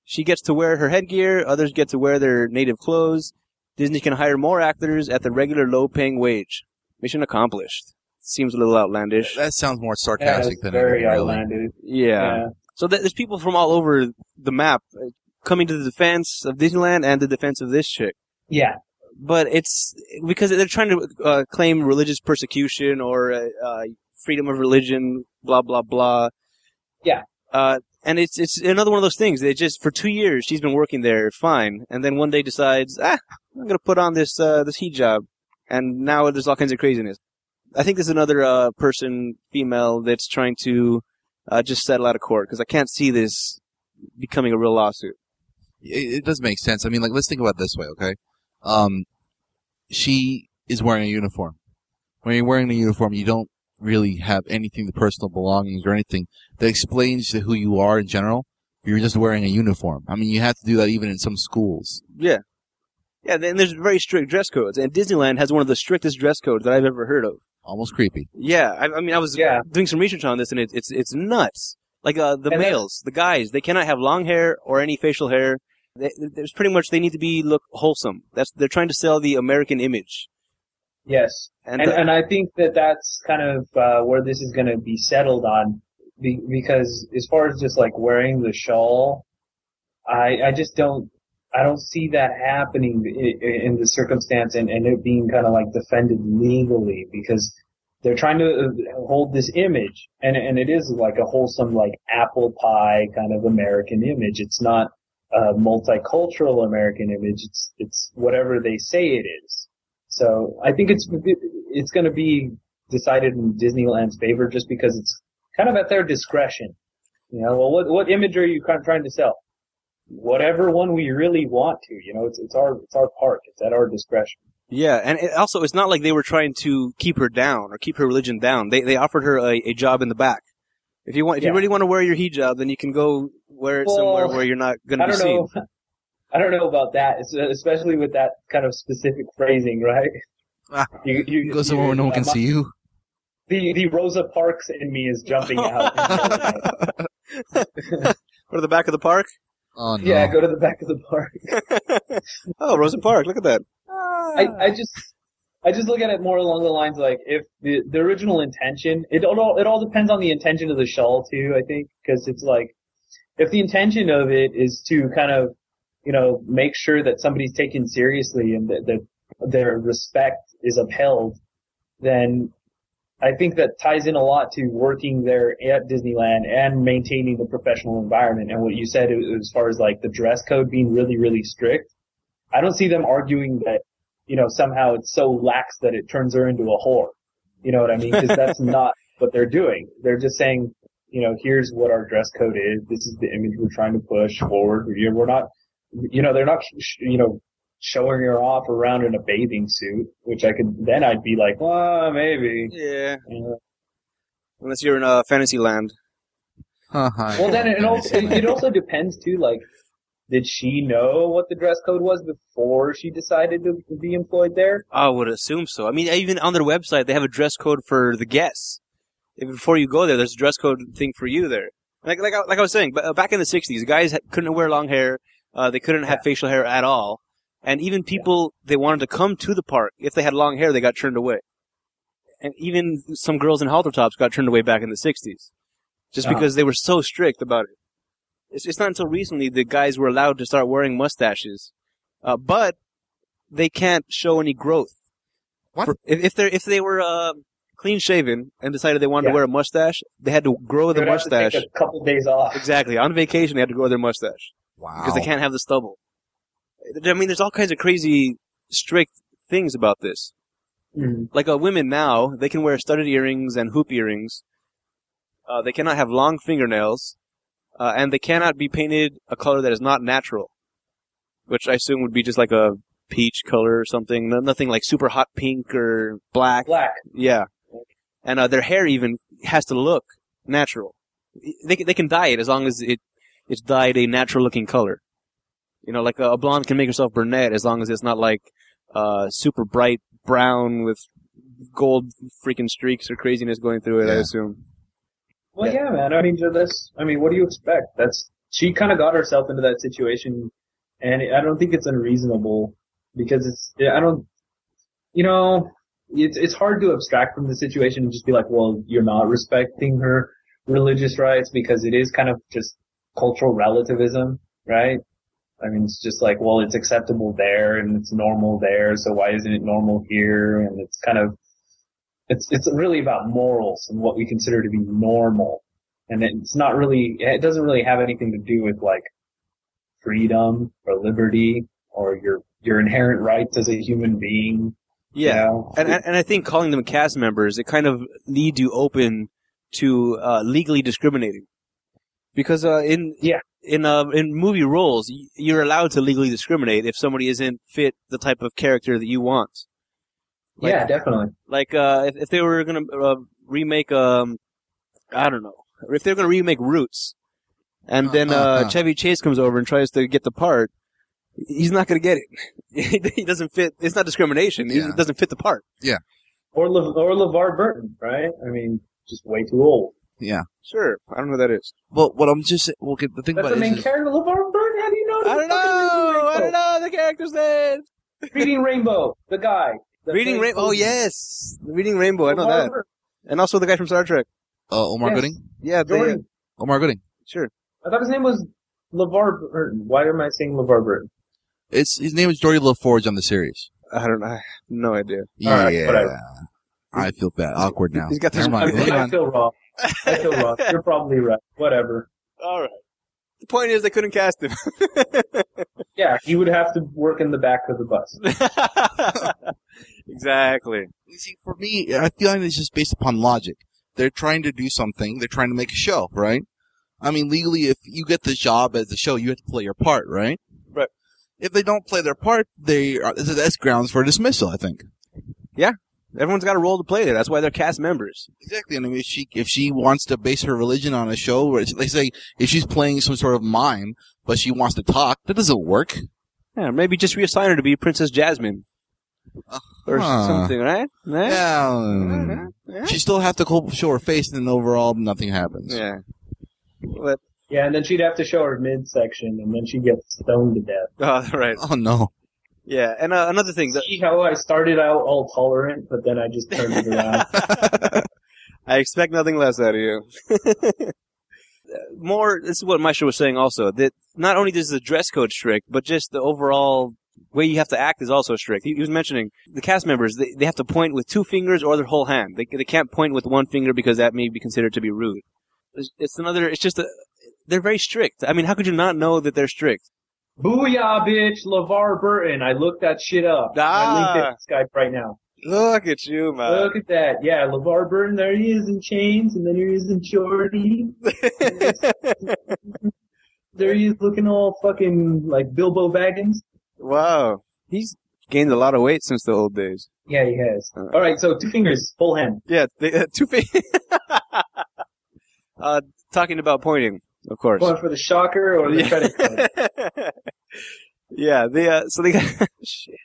[SPEAKER 1] She gets to wear her headgear, others get to wear their native clothes. Disney can hire more actors at the regular low-paying wage. Mission accomplished. Seems a little outlandish.
[SPEAKER 2] That sounds more
[SPEAKER 3] Yeah,
[SPEAKER 2] sarcastic
[SPEAKER 3] that's
[SPEAKER 2] than
[SPEAKER 3] very
[SPEAKER 2] anything, really.
[SPEAKER 3] outlandish.
[SPEAKER 1] yeah. So th- there's people from all over the map uh, coming to the defense of Disneyland and the defense of this chick.
[SPEAKER 3] Yeah.
[SPEAKER 1] But it's because they're trying to uh, claim religious persecution or uh, uh, freedom of religion, blah blah blah.
[SPEAKER 3] Yeah.
[SPEAKER 1] Uh, And it's it's another one of those things. They just for two years she's been working there fine, and then one day decides, ah, I'm gonna put on this uh, this hijab, and now there's all kinds of craziness. I think there's another uh, person, female, that's trying to uh, just settle out of court because I can't see this becoming a real lawsuit.
[SPEAKER 2] It, it does make sense. I mean, like, let's think about it this way, okay? Um, she is wearing a uniform. When you're wearing a uniform, you don't really have anything, the personal belongings or anything that explains to who you are in general. You're just wearing a uniform. I mean, you have to do that even in some schools.
[SPEAKER 1] Yeah. Yeah, and there's very strict dress codes, and Disneyland has one of the strictest dress codes that I've ever heard of.
[SPEAKER 2] Almost creepy.
[SPEAKER 1] Yeah, I, I mean, I was
[SPEAKER 3] Yeah.
[SPEAKER 1] doing some research on this, and it, it's it's nuts. Like uh, the
[SPEAKER 3] And that's-
[SPEAKER 1] males, the guys, they cannot have long hair or any facial hair. They, there's pretty much they need to be look wholesome. That's they're trying to sell the American image.
[SPEAKER 3] Yes.
[SPEAKER 1] And, uh,
[SPEAKER 3] And, uh,
[SPEAKER 1] the-
[SPEAKER 3] and I think that that's kind of uh, where this is going to be settled on, be, because as far as just like wearing the shawl, I I just don't I don't see that happening in, in the circumstance and, and it being kind of like defended legally because they're trying to uh, hold this image and and it is like a wholesome like apple pie kind of American image. It's not a multicultural American image. It's it's whatever they say it is. So I think it's it's going to be decided in Disneyland's favor just because it's kind of at their discretion. You know, well, what what image are you kind of trying to sell? Whatever one we really want to. You know, it's it's our it's our park. It's at our discretion.
[SPEAKER 1] yeah, and it, also it's not like they were trying to keep her down or keep her religion down. They they offered her a, a job in the back. If you want, if you
[SPEAKER 3] Yeah.
[SPEAKER 1] really want to wear your hijab, then you can go wear it somewhere
[SPEAKER 3] Well,
[SPEAKER 1] where you're not going
[SPEAKER 3] I
[SPEAKER 1] to be
[SPEAKER 3] don't
[SPEAKER 1] seen.
[SPEAKER 3] know. I don't know about that, es- especially with that kind of specific phrasing, right?
[SPEAKER 2] Ah,
[SPEAKER 3] You, you, uh,
[SPEAKER 2] You go somewhere where no one can see you.
[SPEAKER 3] The, the Rosa Parks in me is jumping out.
[SPEAKER 1] Go to the back of the park.
[SPEAKER 2] Oh no.
[SPEAKER 3] yeah, go to the back of the park.
[SPEAKER 1] Oh, Rosen Park, look at that.
[SPEAKER 3] I, I just I just look at it more along the lines like if the, the original intention it all it all depends on the intention of the shawl too I think because it's like if the intention of it is to kind of you know make sure that somebody's taken seriously and that, that their respect is upheld then I think that ties in a lot to working there at Disneyland and maintaining the professional environment and what you said as far as like the dress code being really really strict I don't see them arguing that you know, somehow it's so lax that it turns her into a whore. You know what I mean? Because that's not what they're doing. They're just saying, you know, here's what our dress code is. This is the image we're trying to push forward. We're we're not, you know, they're not, sh- you know, showing her off around in a bathing suit, which I could, then I'd be like, well, maybe.
[SPEAKER 1] Yeah.
[SPEAKER 3] You know?
[SPEAKER 1] Unless you're in uh, fantasy land.
[SPEAKER 2] Huh, huh,
[SPEAKER 3] Well, then it
[SPEAKER 2] yeah,
[SPEAKER 3] also,
[SPEAKER 2] yeah.
[SPEAKER 3] it also depends too, like, did she know what the dress code was before she decided to be employed there?
[SPEAKER 1] I would assume so. I mean, even on their website, they have a dress code for the guests. If- Before you go there, there's a dress code thing for you there. Like like I, like I was saying, but uh, back in the '60s, guys ha- couldn't wear long hair. Uh, they couldn't have facial hair at all. And even people they wanted to come to the park if they had long hair, they got turned away. And even some girls in halter tops got turned away back in the '60s, just
[SPEAKER 3] Uh-huh.
[SPEAKER 1] because they were so strict about it. It's, it's not until recently that guys were allowed to start wearing mustaches, uh, but they can't show any growth.
[SPEAKER 2] What?
[SPEAKER 1] For- if, if they if they were uh, clean shaven and decided they wanted to
[SPEAKER 3] Yeah.
[SPEAKER 1] wear a mustache, they had to grow their
[SPEAKER 3] They would have to take
[SPEAKER 1] mustache.
[SPEAKER 3] a couple days off.
[SPEAKER 1] Exactly. On vacation, they had to grow their mustache
[SPEAKER 2] wow.
[SPEAKER 1] because they can't have the stubble. I mean, there's all kinds of crazy, strict things about this.
[SPEAKER 3] Mhm.
[SPEAKER 1] Like uh, women now, they can wear studded earrings and hoop earrings. Uh, they cannot have long fingernails, uh, and they cannot be painted a color that is not natural, which I assume would be just like a peach color or something. No, nothing like super hot pink or black.
[SPEAKER 3] black.
[SPEAKER 1] Yeah, and uh, their hair even has to look natural. They can- they can dye it as long as it it's dyed a natural looking color. You know, like uh, a blonde can make herself brunette as long as it's not like uh, super bright brown with gold freaking streaks or craziness going through it. I
[SPEAKER 2] Yeah.
[SPEAKER 1] assume.
[SPEAKER 3] Well, yeah. man. I mean, to this. I mean, what do you expect? That's she kind of got herself into that situation, and I don't think it's unreasonable because it's. I don't. You know, it's it's hard to abstract from the situation and just be like, well, you're not respecting her religious rights because it is kind of just cultural relativism, right? I mean, it's just like, well, it's acceptable there and it's normal there, so why isn't it normal here? And it's kind of, it's, it's really about morals and what we consider to be normal. and it's not really it doesn't really have anything to do with like freedom or liberty or your your inherent rights as a human being.
[SPEAKER 1] Yeah.
[SPEAKER 3] You know?
[SPEAKER 1] And, and and I think calling them cast members, it kind of leads you open to uh, legally discriminating, because uh, in
[SPEAKER 3] Yeah.
[SPEAKER 1] in uh, in movie roles, y- you're allowed to legally discriminate if somebody isn't fit the type of character that you want. Like-
[SPEAKER 3] yeah, definitely.
[SPEAKER 1] Like uh, if if they were gonna uh, remake um, I don't know, if they were gonna remake Roots, and then uh,
[SPEAKER 2] Uh-huh.
[SPEAKER 1] Chevy Chase comes over and tries to get the part. He's not going to get it. he doesn't fit. It's not discrimination. He
[SPEAKER 2] Yeah.
[SPEAKER 1] doesn't fit the part.
[SPEAKER 3] Or Le, or LeVar Burton, right? I mean, just way too old.
[SPEAKER 1] Sure. I don't know who that is.
[SPEAKER 2] Well, what I'm just well, okay, the thing
[SPEAKER 3] That's
[SPEAKER 2] about
[SPEAKER 3] the
[SPEAKER 2] it
[SPEAKER 3] main
[SPEAKER 2] is, is-
[SPEAKER 3] character, LeVar Burton. How do you know?
[SPEAKER 1] I don't know. I don't know the character's name.
[SPEAKER 3] know. Reading Rainbow, the guy. The
[SPEAKER 1] Reading
[SPEAKER 3] face-
[SPEAKER 1] Rainbow. Oh, yes. Reading Rainbow. I know
[SPEAKER 3] LeVar
[SPEAKER 1] that.
[SPEAKER 3] Burton,
[SPEAKER 1] And also the guy from Star Trek.
[SPEAKER 2] uh, Omar
[SPEAKER 3] Yes.
[SPEAKER 2] Gooding.
[SPEAKER 1] Yeah. They,
[SPEAKER 3] Jordan.
[SPEAKER 2] Omar Gooding.
[SPEAKER 1] sure.
[SPEAKER 3] I thought his name was LeVar Burton. Why am I saying LeVar Burton?
[SPEAKER 2] It's his name is Jordy LaForge on the series.
[SPEAKER 1] I don't know. I have no idea.
[SPEAKER 3] All right, whatever.
[SPEAKER 2] I feel bad, awkward now.
[SPEAKER 1] He's got this-
[SPEAKER 2] Never
[SPEAKER 3] I,
[SPEAKER 2] mind.
[SPEAKER 1] Hang
[SPEAKER 3] I feel wrong. I feel wrong. You're probably right. Whatever.
[SPEAKER 1] All right. The point is they couldn't cast him.
[SPEAKER 3] Yeah, he would have to work in the back of the bus.
[SPEAKER 1] exactly.
[SPEAKER 2] You see, for me, I feel like it's just based upon logic. They're trying to do something. They're trying to make a show, right? I mean, legally, if you get the job as the show, you have to play your part, right?
[SPEAKER 1] Right.
[SPEAKER 2] If they don't play their part, they are, that's grounds for dismissal. I think.
[SPEAKER 1] Everyone's got a role to play there. That's why they're cast members.
[SPEAKER 2] Exactly. And I mean, if she if she wants to base her religion on a show, where it's, they say if she's playing some sort of mime, but she wants to talk, that doesn't work.
[SPEAKER 1] Yeah, maybe just reassign her to be Princess Jasmine. Or
[SPEAKER 2] Uh-huh.
[SPEAKER 1] something, right?
[SPEAKER 2] Yeah.
[SPEAKER 1] Yeah. Yeah.
[SPEAKER 2] She still have to co- show her face, and overall, nothing happens.
[SPEAKER 1] Yeah. But,
[SPEAKER 3] Yeah, and then she'd have to show her midsection, and then she gets stoned to death.
[SPEAKER 1] uh, right.
[SPEAKER 2] Oh no.
[SPEAKER 1] Yeah. And uh, another thing. that-
[SPEAKER 3] See how I started out all tolerant, but then I just turned it around.
[SPEAKER 1] I expect nothing less out of you. More, this is what Maisha was saying also, that not only does the dress code strict, but just the overall way you have to act is also strict. He, he was mentioning the cast members, they, they have to point with two fingers or their whole hand. They, they can't point with one finger because that may be considered to be rude. It's, it's another, it's just, a, they're very strict. I mean, how could you not know that they're strict?
[SPEAKER 3] Booyah, bitch, LeVar Burton. I looked that shit up.
[SPEAKER 1] Ah. Uh.
[SPEAKER 3] I linked it to Skype right now.
[SPEAKER 1] Look at you,
[SPEAKER 3] Look at that. Yeah, LeVar Burton, there he is in chains, and then here he is in Jordy. There he is looking all fucking like Bilbo Baggins.
[SPEAKER 1] wow. He's gained a lot of weight since the old days.
[SPEAKER 3] Yeah, he has.
[SPEAKER 1] Uh.
[SPEAKER 3] All right, so two fingers, full hand.
[SPEAKER 1] Yeah, they, uh, two face. uh, talking about pointing, of course.
[SPEAKER 3] Going for the shocker or the
[SPEAKER 1] Yeah.
[SPEAKER 3] credit card.
[SPEAKER 1] yeah, they uh, so they got shit.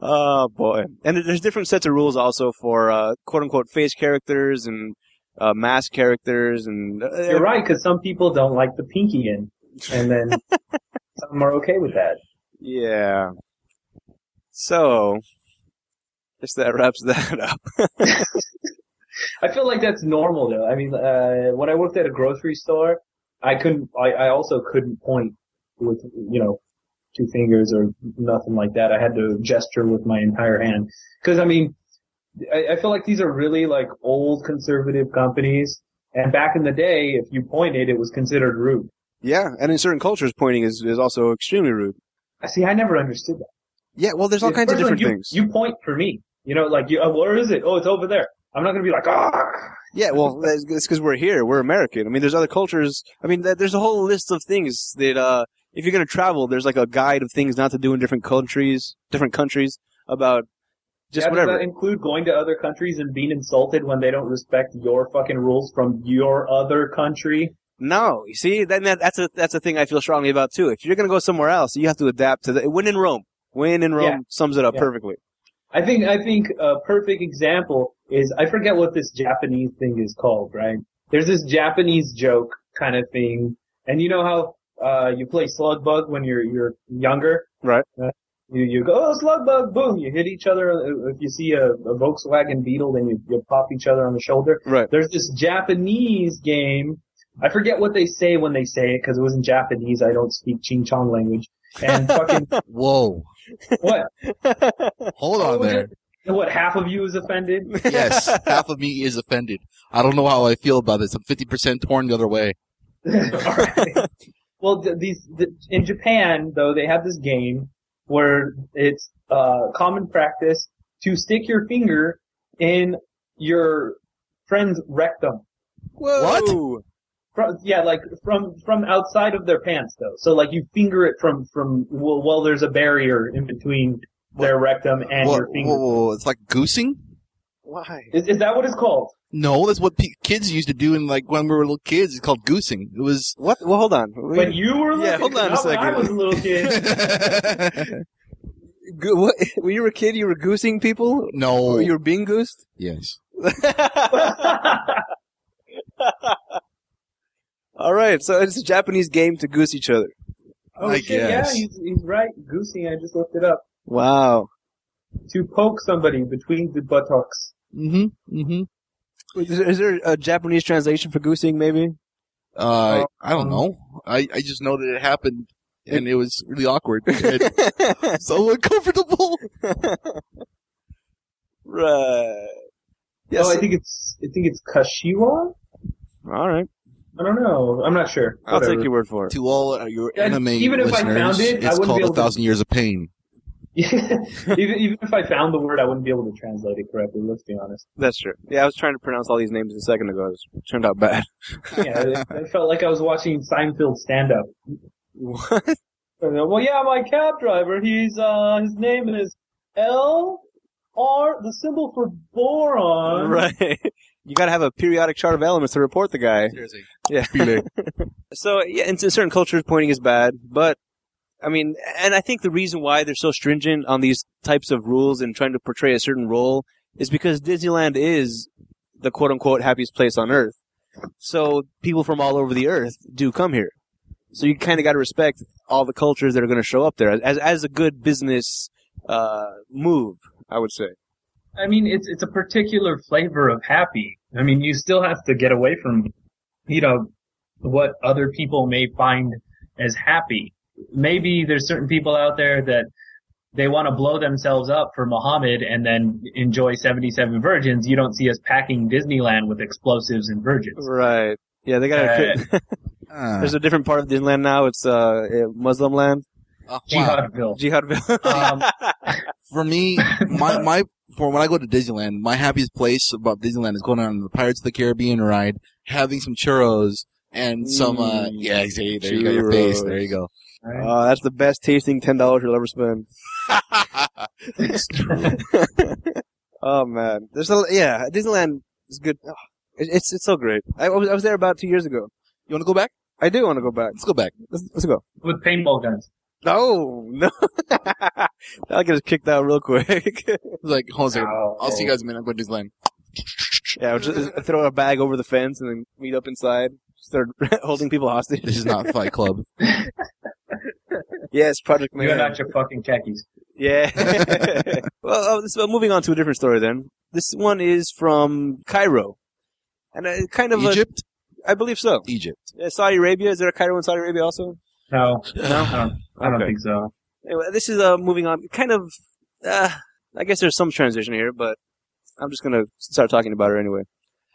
[SPEAKER 1] Oh boy, and there's different sets of rules also for uh, quote unquote face characters and uh, mask characters and uh,
[SPEAKER 3] You're right, because some people don't like the pinky in, and then some are okay with that.
[SPEAKER 1] Yeah. So, guess that wraps that up.
[SPEAKER 3] I feel like that's normal though. I mean, uh, when I worked at a grocery store, I couldn't. I, I also couldn't point with you know two fingers or nothing like that. I had to gesture with my entire hand because I mean, I, I feel like these are really like old conservative companies. And back in the day, if you pointed, it was considered rude.
[SPEAKER 1] Yeah, and in certain cultures, pointing is, is also extremely rude.
[SPEAKER 3] I See, I never understood that.
[SPEAKER 1] Yeah, well, there's all kinds of
[SPEAKER 3] Personally,
[SPEAKER 1] different
[SPEAKER 3] you,
[SPEAKER 1] things.
[SPEAKER 3] You point for me. You know, like, you, oh, where is it? Oh, it's over there. I'm not gonna be like, ah.
[SPEAKER 1] Yeah, well, that's because we're here. We're American. I mean, there's other cultures. I mean, th- there's a whole list of things that uh, if you're going to travel, there's like a guide of things not to do in different countries, different countries about just
[SPEAKER 3] Yeah,
[SPEAKER 1] whatever.
[SPEAKER 3] Does that include going to other countries and being insulted when they don't respect your fucking rules from your other country?
[SPEAKER 1] no, you see, then that, that's a that's a thing I feel strongly about too. If you're going to go somewhere else, you have to adapt to the win in Rome. Win in Rome
[SPEAKER 3] Yeah.
[SPEAKER 1] sums it up
[SPEAKER 3] Yeah.
[SPEAKER 1] perfectly.
[SPEAKER 3] I think I think a perfect example is I forget what this Japanese thing is called, right? There's this Japanese joke kind of thing, and you know how uh, you play slug bug when you're you're younger,
[SPEAKER 1] Right.
[SPEAKER 3] Uh, you you go oh, slug bug, boom! You hit each other. Uh, If you see a, a Volkswagen Beetle, then you, you pop each other on the shoulder.
[SPEAKER 1] Right.
[SPEAKER 3] There's this Japanese game. I forget what they say when they say it because it was in Japanese. I don't speak Ching Chong language. And fucking
[SPEAKER 2] Whoa.
[SPEAKER 3] what?
[SPEAKER 2] Hold on
[SPEAKER 3] was
[SPEAKER 2] there.
[SPEAKER 3] it? And what half of you is offended?
[SPEAKER 2] yes, half of me is offended. I don't know how I feel about this. I'm 50% torn the other way.
[SPEAKER 3] All right. Well, th- these th- in Japan though they have this game where it's uh, common practice to stick your finger in your friend's rectum.
[SPEAKER 1] Whoa.
[SPEAKER 3] From, yeah, like from from outside of their pants though. So like you finger it from from well, well there's a barrier in between their rectum and
[SPEAKER 2] Whoa,
[SPEAKER 3] your finger.
[SPEAKER 2] whoa, whoa, It's like goosing?
[SPEAKER 1] Why?
[SPEAKER 3] Is, is that what it's called?
[SPEAKER 2] No, that's what pe- kids used to do in like when we were little kids. It's called goosing. It was.
[SPEAKER 1] What? Well, hold on.
[SPEAKER 3] When you were little
[SPEAKER 1] Yeah, hold on a
[SPEAKER 3] not when I
[SPEAKER 1] second.
[SPEAKER 3] was a little kid.
[SPEAKER 1] Go- what- when you were a kid, you were goosing people.
[SPEAKER 2] no.
[SPEAKER 1] You were being goosed.
[SPEAKER 2] Yes.
[SPEAKER 1] All right, so it's a Japanese game to goose each other.
[SPEAKER 3] oh
[SPEAKER 2] I
[SPEAKER 3] shit!
[SPEAKER 2] guess.
[SPEAKER 3] Yeah, he's, he's right. Goosey, I just looked it up.
[SPEAKER 1] Wow.
[SPEAKER 3] To poke somebody between the buttocks.
[SPEAKER 2] Mm hmm. Mm hmm.
[SPEAKER 1] Is there, is there a Japanese translation for goosing? Maybe.
[SPEAKER 2] Uh, I don't know. I, I just know that it happened and it was really awkward and so uncomfortable.
[SPEAKER 1] right. Yes.
[SPEAKER 3] Oh, I think it's I think it's Kashiwa.
[SPEAKER 1] Oh, All right.
[SPEAKER 3] I don't know. I'm not sure.
[SPEAKER 1] I'll
[SPEAKER 3] Whatever.
[SPEAKER 1] take your word for it.
[SPEAKER 2] To all uh, your
[SPEAKER 3] And
[SPEAKER 2] anime
[SPEAKER 3] even if I
[SPEAKER 2] listeners,
[SPEAKER 3] found it, I
[SPEAKER 2] it's
[SPEAKER 3] wouldn't be
[SPEAKER 2] called
[SPEAKER 3] able
[SPEAKER 2] A
[SPEAKER 3] to-
[SPEAKER 2] Thousand Years of Pain.
[SPEAKER 3] even, even if I found the word, I wouldn't be able to translate it correctly. Let's be honest.
[SPEAKER 1] That's true. Yeah, I was trying to pronounce all these names a second ago. It turned out bad.
[SPEAKER 3] Yeah, it, it felt like I was watching Seinfeld stand up.
[SPEAKER 1] What?
[SPEAKER 3] Well, yeah, my cab driver. He's uh, his name is L R, the symbol for boron.
[SPEAKER 1] Right. You got to have a periodic chart of elements to report the guy.
[SPEAKER 2] Seriously.
[SPEAKER 1] Yeah. So yeah, in certain cultures, pointing is bad, but I mean, and I think the reason why they're so stringent on these types of rules and trying to portray a certain role is because Disneyland is the quote unquote happiest place on earth. So people from all over the earth do come here. So you kind of got to respect all the cultures that are going to show up there as as a good business uh, move, I would say.
[SPEAKER 3] I mean, it's it's a particular flavor of happy. I mean, you still have to get away from, you know, what other people may find as happy. Maybe there's certain people out there that they want to blow themselves up for Muhammad and then enjoy 77 virgins. You don't see us packing Disneyland with explosives and virgins.
[SPEAKER 1] Right. Yeah, they got. to
[SPEAKER 2] Ah.
[SPEAKER 1] There's a different part of Disneyland now. It's uh, Muslim land,
[SPEAKER 2] Ah, wow.
[SPEAKER 3] Jihadville.
[SPEAKER 1] Jihadville.
[SPEAKER 3] Um,
[SPEAKER 2] For me, my my for when I go to Disneyland, my happiest place about Disneyland is going on the Pirates of the Caribbean ride, having some churros and some
[SPEAKER 1] Mm.
[SPEAKER 2] uh yeah, exactly. There you go, your face. There you go.
[SPEAKER 1] Uh, that's the best tasting ten dollars you'll ever spend.
[SPEAKER 2] It's true.
[SPEAKER 1] Oh man, there's a yeah Disneyland is good. Ugh. It- It's it's so great. I was I was there about two years ago.
[SPEAKER 2] You want to go back?
[SPEAKER 1] I do want to go back.
[SPEAKER 2] Let's go back.
[SPEAKER 1] Let's, let's go.
[SPEAKER 3] with paintball guns.
[SPEAKER 1] No, no, that'll get us kicked out real quick.
[SPEAKER 2] It's like Jose,
[SPEAKER 3] No.
[SPEAKER 2] I'll see you guys in a minute. I'm going to Disneyland.
[SPEAKER 1] yeah, we'll just throw a bag over the fence and then meet up inside. Start holding people hostage.
[SPEAKER 2] This is not Fight Club.
[SPEAKER 1] Yes, Project
[SPEAKER 3] You're
[SPEAKER 1] Man.
[SPEAKER 3] not your fucking khakis.
[SPEAKER 1] Yeah. well, oh, so moving on to a different story then. This one is from Cairo, and uh, kind of a-
[SPEAKER 2] Egypt,
[SPEAKER 1] I believe so.
[SPEAKER 2] Egypt.
[SPEAKER 1] Uh, Saudi Arabia. Is there a Cairo in Saudi Arabia also?
[SPEAKER 3] No,
[SPEAKER 2] No.
[SPEAKER 3] I don't, I don't
[SPEAKER 1] Okay.
[SPEAKER 3] think so.
[SPEAKER 1] Anyway, this is uh, moving on. Kind of. Uh, I guess there's some transition here, but I'm just gonna start talking about her anyway.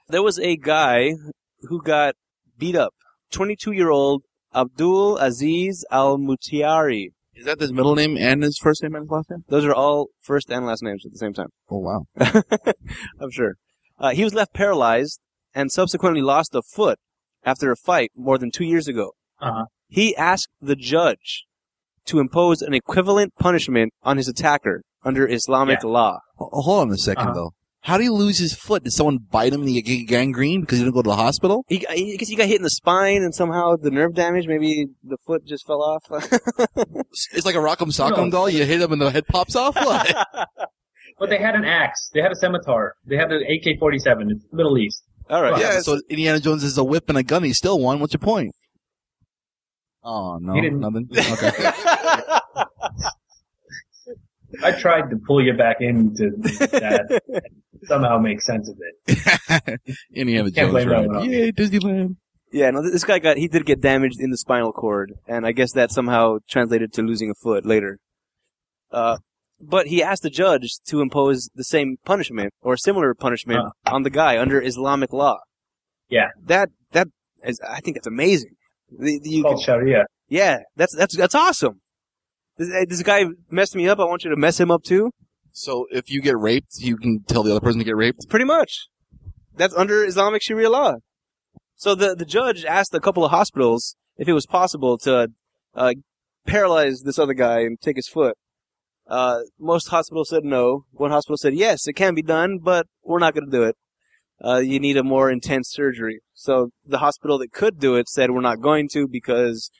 [SPEAKER 1] There was a guy who got beat up. 22 year old Abdul Aziz Al Mutiari.
[SPEAKER 2] Is that his middle name and his first name and his last name?
[SPEAKER 1] Those are all first and last names at the same time.
[SPEAKER 2] Oh wow.
[SPEAKER 1] I'm sure. Uh, he was left paralyzed and subsequently lost a foot after a fight more than two years ago.
[SPEAKER 3] Uh-huh.
[SPEAKER 1] He asked the judge to impose an equivalent punishment on his attacker under Islamic law.
[SPEAKER 2] Ho- Hold on a 2nd
[SPEAKER 3] Uh-huh.
[SPEAKER 2] though. How do you lose his foot? Did someone bite him and he get gangrene because he didn't go to the hospital?
[SPEAKER 1] He, I guess he got hit in the spine and somehow the nerve damage, maybe the foot just fell off.
[SPEAKER 2] It's like a Rock'em Sock'em
[SPEAKER 3] No.
[SPEAKER 2] doll. You hit him and the head pops off. What?
[SPEAKER 3] But they had an axe. They had a scimitar. They had an AK-47. It's Middle East.
[SPEAKER 1] All right.
[SPEAKER 3] Right.
[SPEAKER 1] Yeah.
[SPEAKER 2] yeah. So Indiana Jones is a whip and a gun. He still won. What's your point? Oh no,
[SPEAKER 3] He didn't-
[SPEAKER 2] nothing. Okay.
[SPEAKER 3] I tried to pull you back into that and somehow make sense of it.
[SPEAKER 2] Indiana
[SPEAKER 3] Can't
[SPEAKER 2] Jones.
[SPEAKER 3] blame that
[SPEAKER 2] Right.
[SPEAKER 3] one on
[SPEAKER 2] Yay, Disneyland.
[SPEAKER 1] yeah, no, this guy got, he did get damaged in the spinal cord, and I guess that somehow translated to losing a foot later. Uh, But he asked the judge to impose the same punishment or similar punishment on the guy under Islamic law.
[SPEAKER 3] Yeah.
[SPEAKER 1] That that is, I think that's amazing. The- the- you
[SPEAKER 3] called Sharia.
[SPEAKER 1] can- yeah, that's that's that's awesome. This, eh, this guy messed me up. I want you to mess him up too.
[SPEAKER 2] So if you get raped, you can tell the other person to get raped.
[SPEAKER 1] Pretty much. That's under Islamic Sharia law. So the the judge asked a couple of hospitals if it was possible to uh, paralyze this other guy and take his foot. Uh, most hospitals said no. One hospital said yes, it can be done, but we're not going to do it. Uh, you need a more intense surgery. So the hospital that could do it said we're not going to because,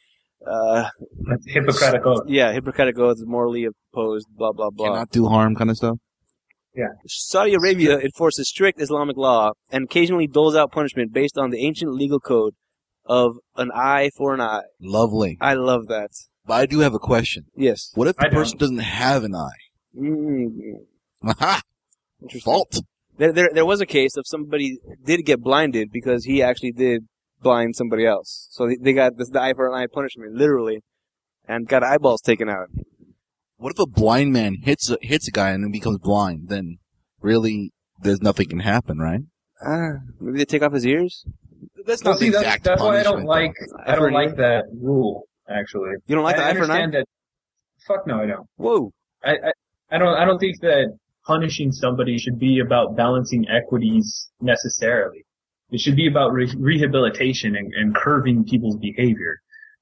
[SPEAKER 1] uh,
[SPEAKER 3] That's Hippocratic oath.
[SPEAKER 1] yeah, Hippocratic oath is morally opposed. Blah blah blah.
[SPEAKER 2] Cannot do harm, kind of stuff.
[SPEAKER 1] Saudi Arabia enforces strict Islamic law and occasionally doles out punishment based on the ancient legal code of an eye for an eye.
[SPEAKER 2] Lovely.
[SPEAKER 1] I love that.
[SPEAKER 2] But I do have a question.
[SPEAKER 1] Yes.
[SPEAKER 2] What if
[SPEAKER 3] I
[SPEAKER 2] the
[SPEAKER 3] don't.
[SPEAKER 2] person doesn't have an eye?
[SPEAKER 1] Mm,
[SPEAKER 2] Aha!
[SPEAKER 1] interesting.
[SPEAKER 2] Fault.
[SPEAKER 1] There, there, there was a case of somebody did get blinded because he actually did blind somebody else. So they, they got this the eye for an eye punishment, literally, and got eyeballs taken out.
[SPEAKER 2] What if a blind man hits a, hits a guy and then becomes blind? Then really, there's nothing can happen, right?
[SPEAKER 1] Ah, maybe they take off his ears.
[SPEAKER 2] That's
[SPEAKER 3] Well, see, that's,
[SPEAKER 2] exact
[SPEAKER 3] that's why I don't
[SPEAKER 2] punishment,
[SPEAKER 3] like I
[SPEAKER 1] I've heard
[SPEAKER 3] don't
[SPEAKER 1] of-
[SPEAKER 3] like that rule. Actually,
[SPEAKER 1] You don't like
[SPEAKER 3] I,
[SPEAKER 1] the
[SPEAKER 3] I
[SPEAKER 1] eye for an eye?
[SPEAKER 3] understand that. Fuck no, I don't.
[SPEAKER 1] Whoa.
[SPEAKER 3] I, I, I don't I don't think that punishing somebody should be about balancing equities necessarily. It should be about re- rehabilitation and, and curving people's behavior.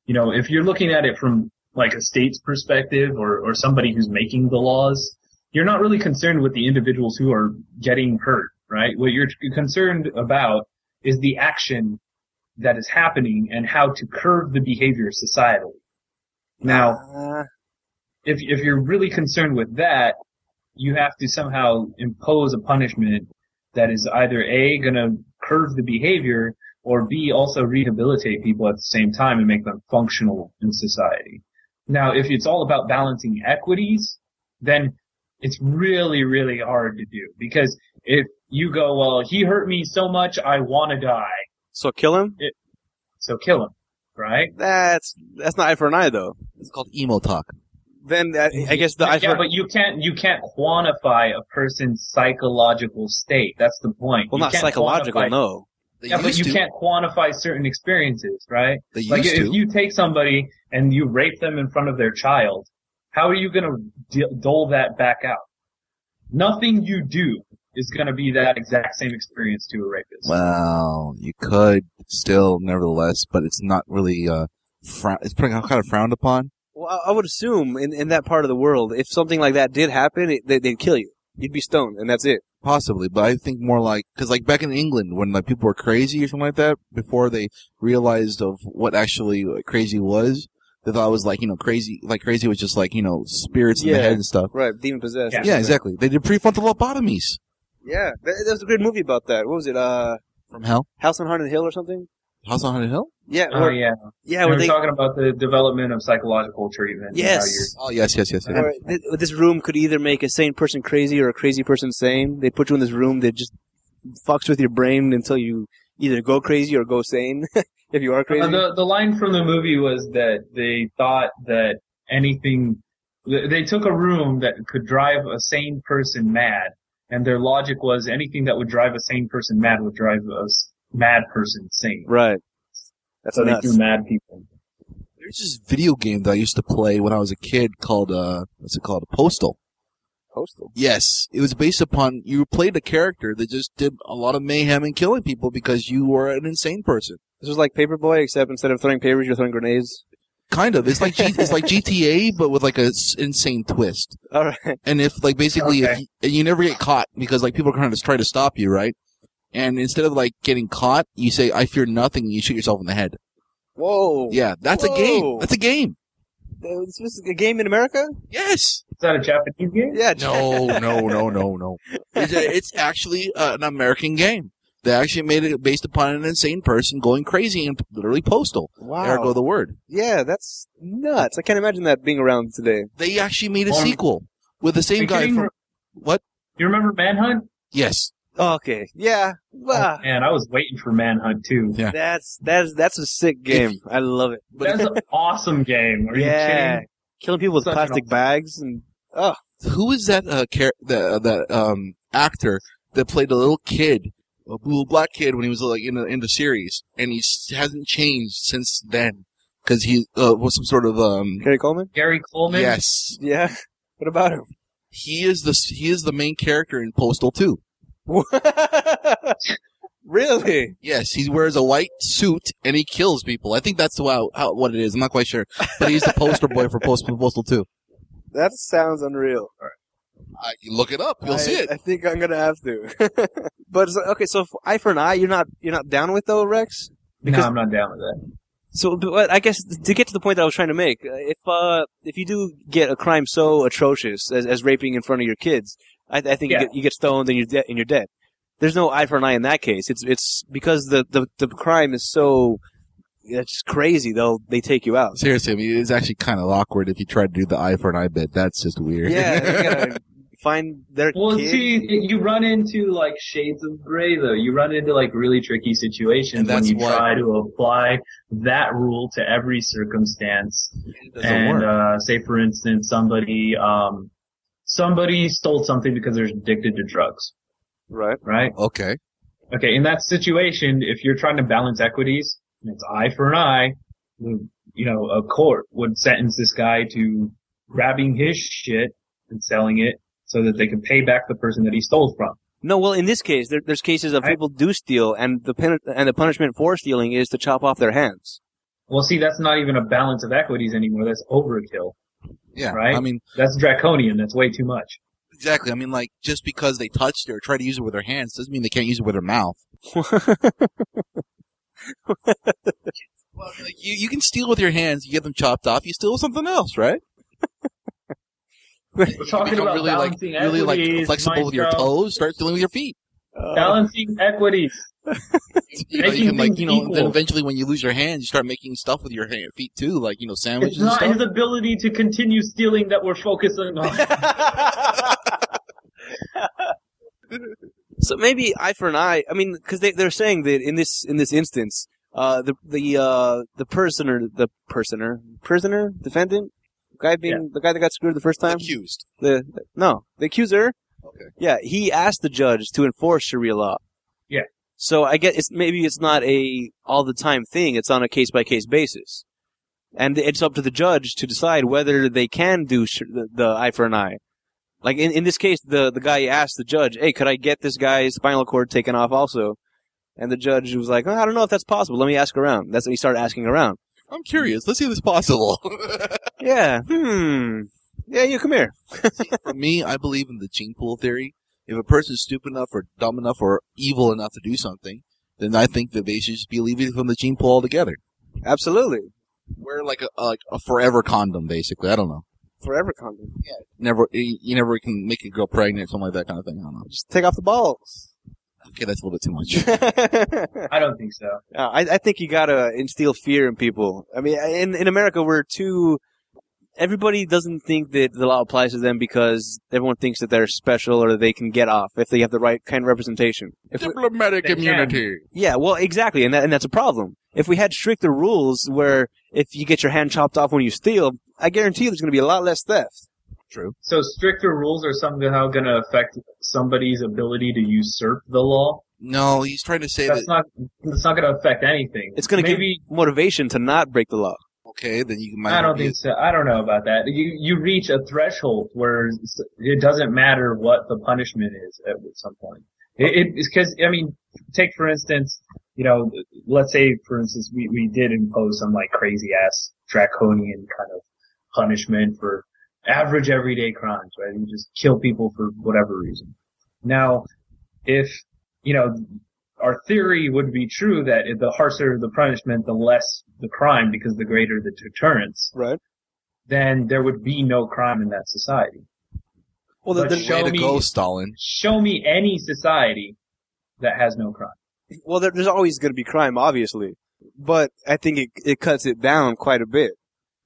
[SPEAKER 3] You know, if you're looking at it from like a state's perspective or, or somebody who's making the laws, you're not really concerned with the individuals who are getting hurt, right? What you're concerned about is the action that is happening and how to curb the behavior societally. Now,
[SPEAKER 1] Ah,
[SPEAKER 3] if if you're really concerned with that, you have to somehow impose a punishment that is either a going to curve the behavior or b also rehabilitate people at the same time and make them functional in society. Now, if it's all about balancing equities, then it's really really hard to do because if you go, well, he hurt me so much, I want to die,
[SPEAKER 1] so kill him?
[SPEAKER 3] so kill him, right?
[SPEAKER 1] That's that's not eye for an eye though.
[SPEAKER 2] It's called emo talk.
[SPEAKER 1] Then that, I guess the eye for
[SPEAKER 3] yeah, but you can't you can't quantify a person's psychological state. That's the point.
[SPEAKER 1] well
[SPEAKER 3] You
[SPEAKER 1] not
[SPEAKER 3] can't
[SPEAKER 1] psychological.
[SPEAKER 3] quantify-
[SPEAKER 1] No.
[SPEAKER 2] They
[SPEAKER 3] Yeah, but
[SPEAKER 2] used
[SPEAKER 3] you
[SPEAKER 2] to.
[SPEAKER 3] can't quantify certain experiences, right?
[SPEAKER 2] They used
[SPEAKER 3] Like
[SPEAKER 2] to.
[SPEAKER 3] if you take somebody and you rape them in front of their child, how are you going to dole that back out? Nothing you do is going to be that exact same experience to a rapist.
[SPEAKER 2] Well, you could still, nevertheless, but it's not really. Uh, frown it's pretty kind of frowned upon.
[SPEAKER 1] Well, I I would assume in, in that part of the world, if something like that did happen, it, they, they'd kill you. You'd be stoned, and that's it.
[SPEAKER 2] Possibly, but I think more like because like back in England when like people were crazy or something like that before they realized of what actually like, crazy was, they thought it was like you know crazy like crazy was just like you know spirits in
[SPEAKER 1] Yeah.
[SPEAKER 2] the head and stuff.
[SPEAKER 1] Right, demon possessed.
[SPEAKER 3] Yeah.
[SPEAKER 2] Yeah, exactly. They did prefrontal lobotomies
[SPEAKER 1] Yeah, there, there was a great movie about that. What was it? Uh,
[SPEAKER 2] from hell.
[SPEAKER 1] House on Haunted Hill or something?
[SPEAKER 2] House on Haunted Hill.
[SPEAKER 1] Yeah,
[SPEAKER 3] Oh
[SPEAKER 1] where-
[SPEAKER 3] yeah,
[SPEAKER 1] yeah.
[SPEAKER 3] we
[SPEAKER 1] Where
[SPEAKER 3] were
[SPEAKER 1] they,
[SPEAKER 3] talking about the development of psychological treatment. and how
[SPEAKER 1] Yes.
[SPEAKER 2] Oh yes, yes, yes. yes.
[SPEAKER 1] where thi- this room could either make a sane person crazy or a crazy person sane. They put you in this room that just fucks with your brain until you either go crazy or go sane. if you are
[SPEAKER 3] Uh,
[SPEAKER 1] crazy,
[SPEAKER 3] the the line from the movie was that they thought that anything th- they took a room that could drive a sane person mad, and their logic was anything that would drive a sane person mad would drive a s- mad person sane.
[SPEAKER 1] right? That's
[SPEAKER 3] So they
[SPEAKER 1] nuts.
[SPEAKER 3] do mad people.
[SPEAKER 2] There's this video game that I used to play when I was a kid called uh what's it called? Postal.
[SPEAKER 1] Postal.
[SPEAKER 2] Yes, it was based upon you played a character that just did a lot of mayhem and killing people because you were an insane person.
[SPEAKER 1] This was like Paperboy, except instead of throwing papers, you're throwing grenades.
[SPEAKER 2] Kind of. It's like G- it's like GTA but with like a s- insane twist.
[SPEAKER 1] All right.
[SPEAKER 2] And if like basically if
[SPEAKER 3] Okay.
[SPEAKER 2] you, and you never get caught because like people are kind of trying to stop you, right? And instead of like getting caught, you say I fear nothing, and you shoot yourself in the head.
[SPEAKER 1] Whoa.
[SPEAKER 2] Yeah, that's
[SPEAKER 1] Whoa.
[SPEAKER 2] a game. That's a game.
[SPEAKER 1] Uh, This was a game in America?
[SPEAKER 2] Yes.
[SPEAKER 3] Is that a Japanese game?
[SPEAKER 1] Yeah.
[SPEAKER 2] No, no, no, no, no. It's, it's actually uh, an American game. They actually made it based upon an insane person going crazy and literally postal.
[SPEAKER 1] Wow.
[SPEAKER 2] Ergo the word.
[SPEAKER 1] yeah, that's nuts. I can't imagine that being around today.
[SPEAKER 2] They actually made a
[SPEAKER 3] Um,
[SPEAKER 2] sequel with the
[SPEAKER 3] Are
[SPEAKER 2] same
[SPEAKER 3] you
[SPEAKER 2] guy
[SPEAKER 3] kidding?
[SPEAKER 2] from what?
[SPEAKER 3] You remember Manhunt?
[SPEAKER 2] Yes.
[SPEAKER 1] Okay. Yeah. Wow.
[SPEAKER 3] Oh, man, I was waiting for Manhunt too.
[SPEAKER 2] Yeah.
[SPEAKER 1] That's that's that's a sick game. I love it.
[SPEAKER 2] But
[SPEAKER 3] That's an awesome game. Are you
[SPEAKER 1] yeah.
[SPEAKER 3] kidding?
[SPEAKER 1] Killing people with
[SPEAKER 3] Such an
[SPEAKER 1] plastic
[SPEAKER 3] awesome-
[SPEAKER 1] bags and
[SPEAKER 2] Who is that uh, char- that, that um actor that played a little kid, a little black kid when he was like in the in the series, and he s- hasn't changed since then because he uh, was some sort of um.
[SPEAKER 1] Gary Coleman?
[SPEAKER 3] Gary Coleman.
[SPEAKER 2] Yes,
[SPEAKER 1] Yeah. What about him?
[SPEAKER 2] he is the s- he is the main character in Postal Two.
[SPEAKER 1] really?
[SPEAKER 2] Yes, he wears a white suit and he kills people. I think that's how, how what it is. I'm not quite sure, but he's the poster boy for Post, Postal Two.
[SPEAKER 1] That sounds unreal.
[SPEAKER 2] I, you look it up, you'll
[SPEAKER 1] I,
[SPEAKER 2] see it.
[SPEAKER 1] I think I'm gonna have to. but it's like, okay, so if eye for an eye, you're not you're not down with though, Rex.
[SPEAKER 3] No, I'm not down with that.
[SPEAKER 1] So, but what- I guess to get to the point that I was trying to make, uh, if uh, if you do get a crime so atrocious as, as raping in front of your kids, I, I think
[SPEAKER 3] Yeah.
[SPEAKER 1] you, get, you get stoned and you're dead. And you're dead. There's no eye for an eye in that case. It's it's because the the, the crime is so it's crazy. They'll they take you out.
[SPEAKER 2] Seriously, I mean, it's actually kind of awkward if you try to do the eye for an eye bit. That's just weird.
[SPEAKER 1] Yeah, you gotta find their
[SPEAKER 3] Well,
[SPEAKER 1] kid.
[SPEAKER 3] see, you run into like shades of gray though. You run into like really tricky
[SPEAKER 2] And
[SPEAKER 3] situations when
[SPEAKER 2] that's
[SPEAKER 3] you
[SPEAKER 2] what-
[SPEAKER 3] try to apply that rule to every circumstance.
[SPEAKER 2] It doesn't
[SPEAKER 3] and
[SPEAKER 2] work.
[SPEAKER 3] uh, say for instance somebody um, somebody stole something because they're addicted to drugs
[SPEAKER 1] right?
[SPEAKER 3] right
[SPEAKER 2] okay.
[SPEAKER 3] okay in that situation if you're trying to balance equities and it's eye for an eye the- you know a court would sentence this guy to grabbing his shit and selling it so that they can pay back the person that he stole from
[SPEAKER 1] No, well, in this case, there, there's cases of
[SPEAKER 3] I-
[SPEAKER 1] people do steal, and the pen, and the punishment for stealing is to chop off their hands.
[SPEAKER 3] well see that's not even a balance of equities anymore that's overkill
[SPEAKER 2] Yeah.
[SPEAKER 3] Right?
[SPEAKER 2] I mean,
[SPEAKER 3] that's draconian that's way too much
[SPEAKER 2] exactly. I mean, like, just because they touched it or try to use it with their hands doesn't mean they can't use it with their mouth. Well, I mean, like, you, you can steal with your hands. You get them chopped off. You steal with something else, right?
[SPEAKER 3] we're
[SPEAKER 2] You
[SPEAKER 3] talking
[SPEAKER 2] become
[SPEAKER 3] about
[SPEAKER 2] really like
[SPEAKER 3] balancing
[SPEAKER 2] really like
[SPEAKER 3] equities,
[SPEAKER 2] flexible with your
[SPEAKER 3] Maestro.
[SPEAKER 2] toes. Start stealing with your feet.
[SPEAKER 1] Uh,
[SPEAKER 3] balancing equities
[SPEAKER 2] You, know, you
[SPEAKER 3] Making
[SPEAKER 2] can like you
[SPEAKER 3] things
[SPEAKER 2] know. and Then
[SPEAKER 3] equal.
[SPEAKER 2] eventually, when you lose your hands, you start making stuff with your hand, feet too, like you know
[SPEAKER 3] It's
[SPEAKER 2] sandwiches and
[SPEAKER 3] not
[SPEAKER 2] stuff.
[SPEAKER 3] his ability to continue stealing that we're focusing on.
[SPEAKER 1] so maybe eye for an eye. I mean, because they they're saying that in this in this instance, uh, the the uh, the prisoner, the prisoner, prisoner, defendant, guy being the guy that got screwed the first time.
[SPEAKER 2] Accused.
[SPEAKER 1] The no, the accuser.
[SPEAKER 2] Okay.
[SPEAKER 1] Yeah, he asked the judge to enforce Sharia law.
[SPEAKER 3] Yeah.
[SPEAKER 1] So I guess it's maybe it's not a all the time thing. It's on a case by case basis, and it's up to the judge to decide whether they can do sh- the, the eye for an eye. Like in, in this case, the the guy asked the judge, "Hey, could I get this guy's spinal cord taken off also?" And the judge was like, "Oh, "I don't know if that's possible. Let me ask around." That's when he started asking around.
[SPEAKER 2] I'm curious. Let's see if it's possible.
[SPEAKER 1] Yeah. Hmm. Yeah, you come here.
[SPEAKER 2] For me, I believe in the gene pool theory. If a person's stupid enough or dumb enough or evil enough to do something, then I think that they should just be leaving from the gene pool altogether.
[SPEAKER 1] Absolutely.
[SPEAKER 2] Wear like a, like a forever condom, basically. I don't know.
[SPEAKER 1] Forever condom.
[SPEAKER 2] Never, you you never can make a girl pregnant, something like that kind of thing. I don't know.
[SPEAKER 1] Just take off the balls.
[SPEAKER 2] Okay, that's a little bit too much.
[SPEAKER 1] Uh,
[SPEAKER 3] I don't think so.
[SPEAKER 1] I, I think you gotta instill fear in people. I mean, in in America, we're too. Everybody doesn't think that the law applies to them because everyone thinks that they're special or that they can get off if they have the right kind of representation. If we-
[SPEAKER 2] Diplomatic
[SPEAKER 3] They can.
[SPEAKER 2] immunity.
[SPEAKER 1] yeah, well, exactly, and that, and that's a problem. If we had stricter rules where if you get your hand chopped off when you steal, I guarantee you there's going to be a lot less theft.
[SPEAKER 2] True.
[SPEAKER 3] So stricter rules are somehow going to affect somebody's ability to usurp the law.
[SPEAKER 2] No, he's trying to say
[SPEAKER 3] That's
[SPEAKER 2] that.
[SPEAKER 3] not. That's not going to affect anything.
[SPEAKER 1] It's going to give
[SPEAKER 3] maybe.
[SPEAKER 1] motivation to not break the law.
[SPEAKER 2] Okay, then you might.
[SPEAKER 3] I don't
[SPEAKER 2] be-
[SPEAKER 3] think so. I don't know about that. You you reach a threshold where s- it doesn't matter what the punishment is at some point. It, it, it's because I mean, take for instance, you know, let's say for instance we we did impose some like crazy ass draconian kind of punishment for average everyday crimes, right? You just kill people for whatever reason. Now, if you know, our theory would be true that the harsher the punishment, the less the crime, because the greater the deterrence.
[SPEAKER 1] Right.
[SPEAKER 3] Then there would be no crime in that society.
[SPEAKER 1] Well, the,
[SPEAKER 3] But
[SPEAKER 1] the,
[SPEAKER 3] show
[SPEAKER 2] Way to
[SPEAKER 3] me-
[SPEAKER 2] go, Stalin.
[SPEAKER 3] Show me any society that has no crime.
[SPEAKER 1] well, there, there's always going to be crime, obviously, but I think it it cuts it down quite a bit.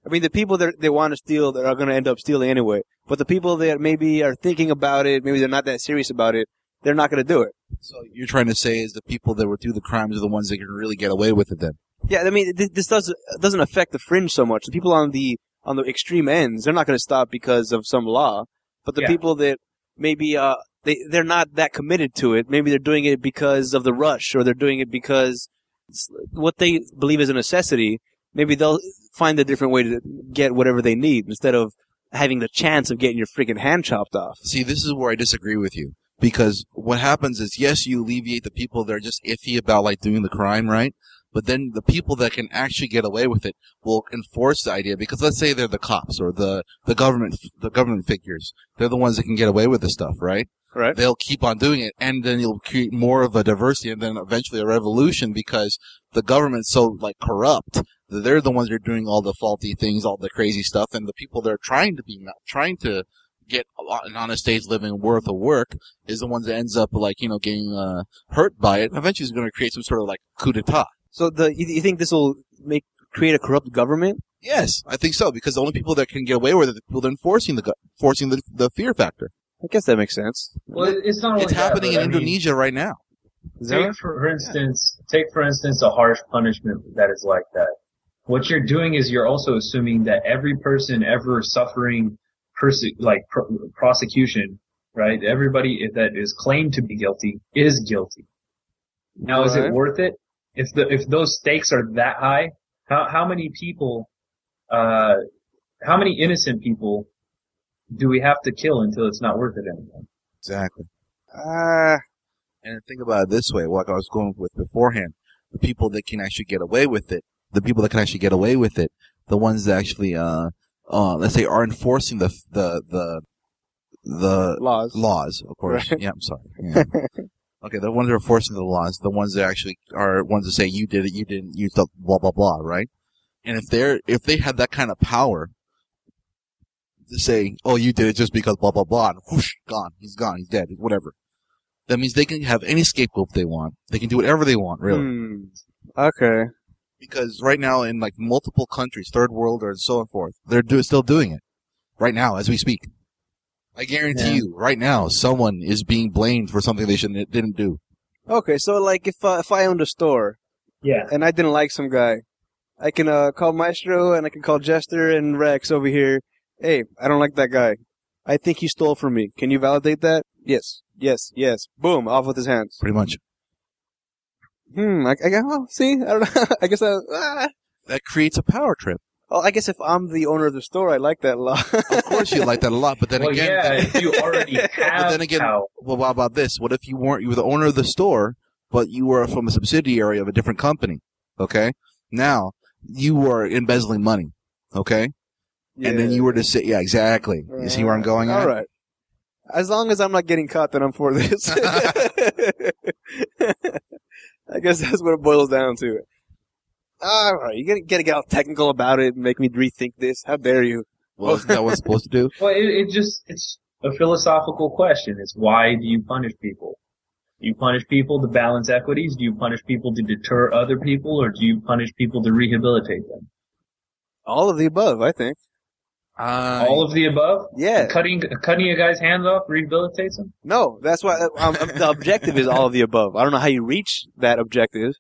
[SPEAKER 1] I mean, the people that they want to steal that are going to end up stealing anyway, but the people that maybe are thinking about it, maybe they're not that serious about it, they're not going to do it.
[SPEAKER 2] So you're trying to say is the people that would do the crimes are the ones that can really get away with it then.
[SPEAKER 1] Yeah, I mean, th- this does doesn't affect the fringe so much. The people on the on the extreme ends, they're not going to stop because of some law, But the
[SPEAKER 3] Yeah.
[SPEAKER 1] people that maybe uh, they they're not that committed to it. Maybe they're doing it because of the rush, or they're doing it because it's what they believe is a necessity. Maybe they'll find a different way to get whatever they need instead of having the chance of getting your freaking hand chopped off.
[SPEAKER 2] See, this is where I disagree with you because what happens is, yes, you alleviate the people that are just iffy about like doing the crime, right? But then the people that can actually get away with it will enforce the idea because let's say they're the cops or the the government the government figures. They're the ones that can get away with this stuff, right?
[SPEAKER 1] Right.
[SPEAKER 2] They'll keep on doing it, and then you'll create more of a diversity, and then eventually a revolution because the government's so like corrupt that they're the ones that are doing all the faulty things, all the crazy stuff, and the people that are trying to be trying to get a lot- an honest day's living worth of work is the ones that ends up like you know getting uh, hurt by it. Eventually, it's going to create some sort of like coup d'état.
[SPEAKER 1] So the you, you think this will make create a corrupt government?
[SPEAKER 2] Yes, I think so because the only people that can get away with it are the people that are enforcing the gu- forcing the, the fear factor.
[SPEAKER 1] I guess that makes sense.
[SPEAKER 3] Well, it- it's not only
[SPEAKER 2] It's happening
[SPEAKER 3] that,
[SPEAKER 2] in
[SPEAKER 3] Oh, but I mean,
[SPEAKER 2] Indonesia right now.
[SPEAKER 1] Is that
[SPEAKER 3] Take
[SPEAKER 1] right?
[SPEAKER 3] for instance, take for instance a harsh punishment that is like that. What you're doing is you're also assuming that every person ever suffering perse- like pr- prosecution, right? Everybody i- that is claimed to be guilty is guilty. Now, is
[SPEAKER 1] Right.
[SPEAKER 3] it worth it? If the if those stakes are that high, how how many people, uh, how many innocent people do we have to kill until it's not worth it anymore?
[SPEAKER 2] Exactly.
[SPEAKER 1] Uh,
[SPEAKER 2] And think about it this way, like I was going with beforehand, the people that can actually get away with it, the people that can actually get away with it, the ones that actually, uh, uh, let's say, are enforcing the the the the
[SPEAKER 1] laws.
[SPEAKER 2] laws, of course. Yeah, I'm sorry. Yeah. okay, the ones that are enforcing the laws, the ones that actually are ones that say you did it, you didn't, you stuff, blah blah blah, right? And if they're if they had that kind of power to say, oh, you did it just because blah blah blah, and whoosh, gone, he's gone, he's dead, whatever. That means they can have any scapegoat they want. They can do whatever they want, really.
[SPEAKER 1] Hmm. Okay.
[SPEAKER 2] Because right now, in like multiple countries, third world or so and forth, they're do- still doing it right now as we speak. I guarantee
[SPEAKER 3] Yeah.
[SPEAKER 2] you, right now, someone is being blamed for something they shouldn't didn't do.
[SPEAKER 1] Okay, so like if uh, if I owned a store
[SPEAKER 3] Yeah.
[SPEAKER 1] and I didn't like some guy, I can uh, call Maestro and I can call Jester and Rex over here. Hey, I don't like that guy. I think he stole from me. Can you validate that? Yes, yes, yes. Boom, off with his hands.
[SPEAKER 2] Pretty much,
[SPEAKER 1] Hmm. I, I guess. Well, see, I don't know. I guess I. Ah.
[SPEAKER 2] that creates a power trip.
[SPEAKER 1] Well, I guess if I'm the owner of the store, I like that law.
[SPEAKER 2] Of course, you like that a lot, but then
[SPEAKER 3] well,
[SPEAKER 2] again,
[SPEAKER 3] yeah, if you already have
[SPEAKER 2] then again-
[SPEAKER 3] power.
[SPEAKER 2] well, what about this? What if you weren't you were the owner of the store, but you were from a subsidiary of a different company? Okay, now you were embezzling money. Okay, and then you were to say, yeah, exactly. You see where I'm going?
[SPEAKER 1] All
[SPEAKER 2] at?
[SPEAKER 1] right. As long as I'm not getting caught, then I'm for this. I guess that's what it boils down to. All right, you're gonna, gonna get all technical about it and make me rethink this. How dare you?
[SPEAKER 2] Well, isn't that what it's supposed to do?
[SPEAKER 3] Well, it, it just, it's a philosophical question. It's why do you punish people? Do you punish people to balance equities? Do you punish people to deter other people? Or do you punish people to rehabilitate them?
[SPEAKER 1] All of the above, I think.
[SPEAKER 2] Uh,
[SPEAKER 3] All of the above?
[SPEAKER 1] Yeah.
[SPEAKER 3] Cutting, cutting a guy's hands off rehabilitates him?
[SPEAKER 1] No, that's why um, um, the objective is all of the above. I don't know how you reach that objective,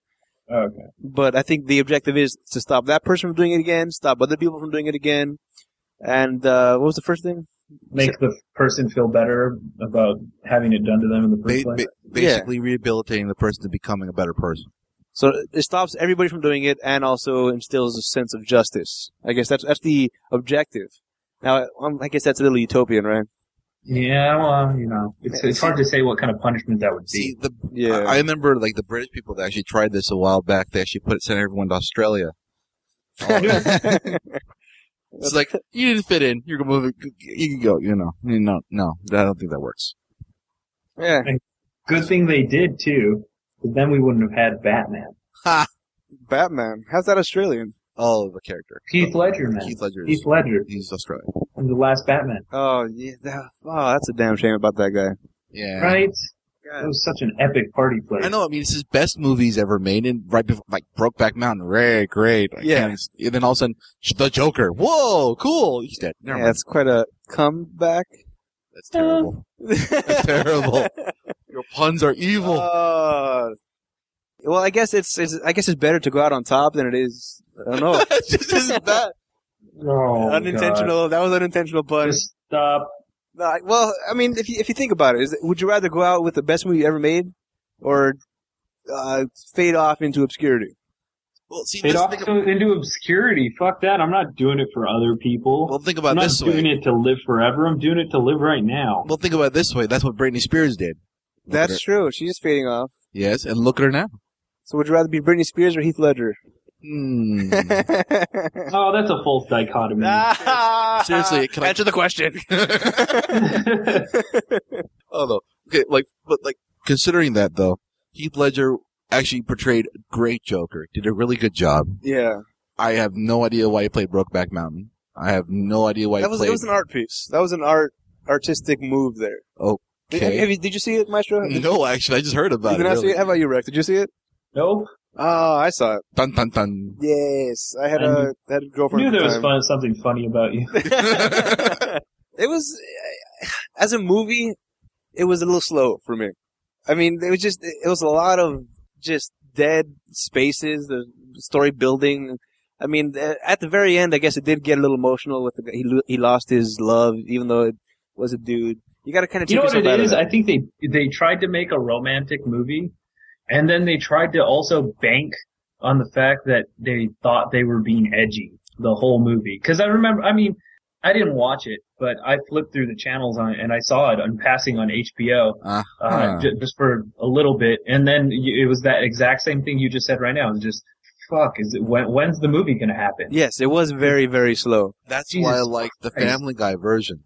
[SPEAKER 3] Okay.
[SPEAKER 1] but I think the objective is to stop that person from doing it again, stop other people from doing it again, and uh, what was the first thing?
[SPEAKER 3] Make the person feel better about having it done to them in the
[SPEAKER 2] ba-
[SPEAKER 3] first place.
[SPEAKER 2] ba- basically rehabilitating the person to becoming a better person.
[SPEAKER 1] So it stops everybody from doing it and also instills a sense of justice. I guess that's that's the objective. Now, um, I guess that's a little utopian, right?
[SPEAKER 3] Yeah, well, you know, it's, it's hard to say what kind of punishment that would
[SPEAKER 2] See,
[SPEAKER 3] be.
[SPEAKER 2] the
[SPEAKER 1] Yeah.
[SPEAKER 2] I, I remember like the British people that actually tried this a while back. They actually put it, sent everyone to Australia. It's like you didn't fit in. You're gonna move. You can go. You know. You know. No, I don't think that works.
[SPEAKER 1] yeah.
[SPEAKER 3] Good thing they did too, because then we wouldn't have had Batman.
[SPEAKER 1] Batman. How's that Australian?
[SPEAKER 2] All of the character.
[SPEAKER 3] Keith Ledger, man.
[SPEAKER 2] Keith Ledger.
[SPEAKER 3] Heath
[SPEAKER 2] Is,
[SPEAKER 3] Ledger
[SPEAKER 2] he's Australian.
[SPEAKER 3] in the last Batman,
[SPEAKER 1] Oh, yeah. that- oh, that's a damn shame about that guy.
[SPEAKER 2] Yeah.
[SPEAKER 3] right? That
[SPEAKER 1] God.
[SPEAKER 3] was such an epic party play.
[SPEAKER 2] I know. I mean, it's his best movies ever made, and right before, like Brokeback Mountain, Ray, great. I
[SPEAKER 1] Yeah.
[SPEAKER 2] can't- And then all of a sudden, sh- the Joker. Whoa, cool. He's dead. Never
[SPEAKER 1] Yeah,
[SPEAKER 2] mind.
[SPEAKER 1] that's quite a comeback.
[SPEAKER 2] That's terrible.
[SPEAKER 1] that's
[SPEAKER 2] terrible. Your puns are evil.
[SPEAKER 3] Uh,
[SPEAKER 1] Oh. well, I guess it's, it's I guess it's better to go out on top than it is. I don't know.
[SPEAKER 2] It's just as bad.
[SPEAKER 3] Oh,
[SPEAKER 1] unintentional. That was unintentional
[SPEAKER 3] God.
[SPEAKER 1] pun.
[SPEAKER 3] Just stop
[SPEAKER 1] No, I- well, I mean, if you, if you think about it, is, it- would you rather go out with the best movie you ever made, or uh, fade off into obscurity?
[SPEAKER 2] Well, see,
[SPEAKER 3] It
[SPEAKER 2] this,
[SPEAKER 3] off
[SPEAKER 2] think,
[SPEAKER 3] into, into obscurity. Fuck that. I'm not doing it for other people.
[SPEAKER 2] well, think
[SPEAKER 3] I'm
[SPEAKER 2] about
[SPEAKER 3] not
[SPEAKER 2] this way.
[SPEAKER 3] doing it to live forever. I'm doing it to live right now.
[SPEAKER 2] Well, think about it this way. That's what Britney Spears did. Look at her.
[SPEAKER 1] That's true. She's just fading off.
[SPEAKER 2] yes, and look at her now.
[SPEAKER 1] So would you rather be Britney Spears or Heath Ledger?
[SPEAKER 2] Hmm. Mm.
[SPEAKER 3] Oh, that's a false dichotomy.
[SPEAKER 2] Ah. Seriously, can I-
[SPEAKER 1] answer the question?
[SPEAKER 2] Although, okay, like, but like, considering that though, Heath Ledger actually portrayed a great Joker. Did a really good job.
[SPEAKER 1] yeah,
[SPEAKER 2] I have no idea why he played Brokeback Mountain. I have no idea why
[SPEAKER 1] that
[SPEAKER 2] he
[SPEAKER 1] was
[SPEAKER 2] played.
[SPEAKER 1] it was an art piece. That was an art artistic move there. Did, have
[SPEAKER 2] okay.
[SPEAKER 1] you- have you, did you see it, Maestro? Did
[SPEAKER 2] no, actually, I just heard
[SPEAKER 1] you
[SPEAKER 2] about
[SPEAKER 1] not
[SPEAKER 2] it.
[SPEAKER 1] see
[SPEAKER 2] Really.
[SPEAKER 1] it? How about you, Rex? Did you see it?
[SPEAKER 3] nope.
[SPEAKER 1] Oh, I saw it.
[SPEAKER 2] Dun dun dun.
[SPEAKER 1] Yes, I had
[SPEAKER 3] I
[SPEAKER 1] a had a girlfriend.
[SPEAKER 3] Knew
[SPEAKER 1] at the
[SPEAKER 3] there was
[SPEAKER 1] time.
[SPEAKER 3] fun, something funny about you.
[SPEAKER 1] it was as a movie, it was a little slow for me. I mean, it was just it was a lot of just dead spaces, the story building. I mean, at the very end, I guess it did get a little emotional with the, he lo- he lost his love, even though it was a dude. You got to kind of
[SPEAKER 3] you
[SPEAKER 1] take
[SPEAKER 3] know what
[SPEAKER 1] yourself out
[SPEAKER 3] it
[SPEAKER 1] of
[SPEAKER 3] is?
[SPEAKER 1] that.
[SPEAKER 3] I think they they tried to make a romantic movie, and then they tried to also bank on the fact that they thought they were being edgy the whole movie. Because I remember, I mean, I didn't watch it, but I flipped through the channels on and I saw it on passing on HBO
[SPEAKER 2] Uh-huh.
[SPEAKER 3] uh, ju- just for a little bit, and then you, it was that exact same thing you just said right now. It was just fuck. Is it when, when's the movie gonna happen?
[SPEAKER 1] Yes, it was very very slow.
[SPEAKER 2] That's
[SPEAKER 3] Jesus
[SPEAKER 2] why I like the
[SPEAKER 3] Christ.
[SPEAKER 2] Family Guy version.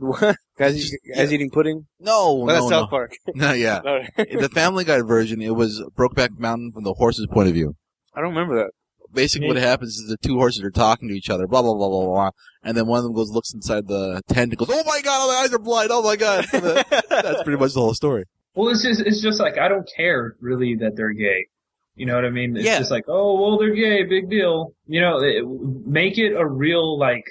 [SPEAKER 1] What? guys, eat- guys eating pudding.
[SPEAKER 2] No,
[SPEAKER 1] Oh,
[SPEAKER 2] no,
[SPEAKER 1] that's
[SPEAKER 2] no.
[SPEAKER 1] South Park.
[SPEAKER 2] no, yeah. the Family Guy version, it was Brokeback Mountain from the horse's point of view.
[SPEAKER 1] I don't remember that.
[SPEAKER 2] Basically, what happens is the two horses are talking to each other, blah blah blah blah blah, and then one of them goes looks inside the tent and goes, "Oh my god, my eyes are blind! Oh my god!" So the- that's pretty much the whole story.
[SPEAKER 3] Well, it's just it's just like I don't care really that they're gay. You know what I mean? It's
[SPEAKER 1] Yeah.
[SPEAKER 3] just like, oh well, they're gay, big deal. You know, it, make it a real like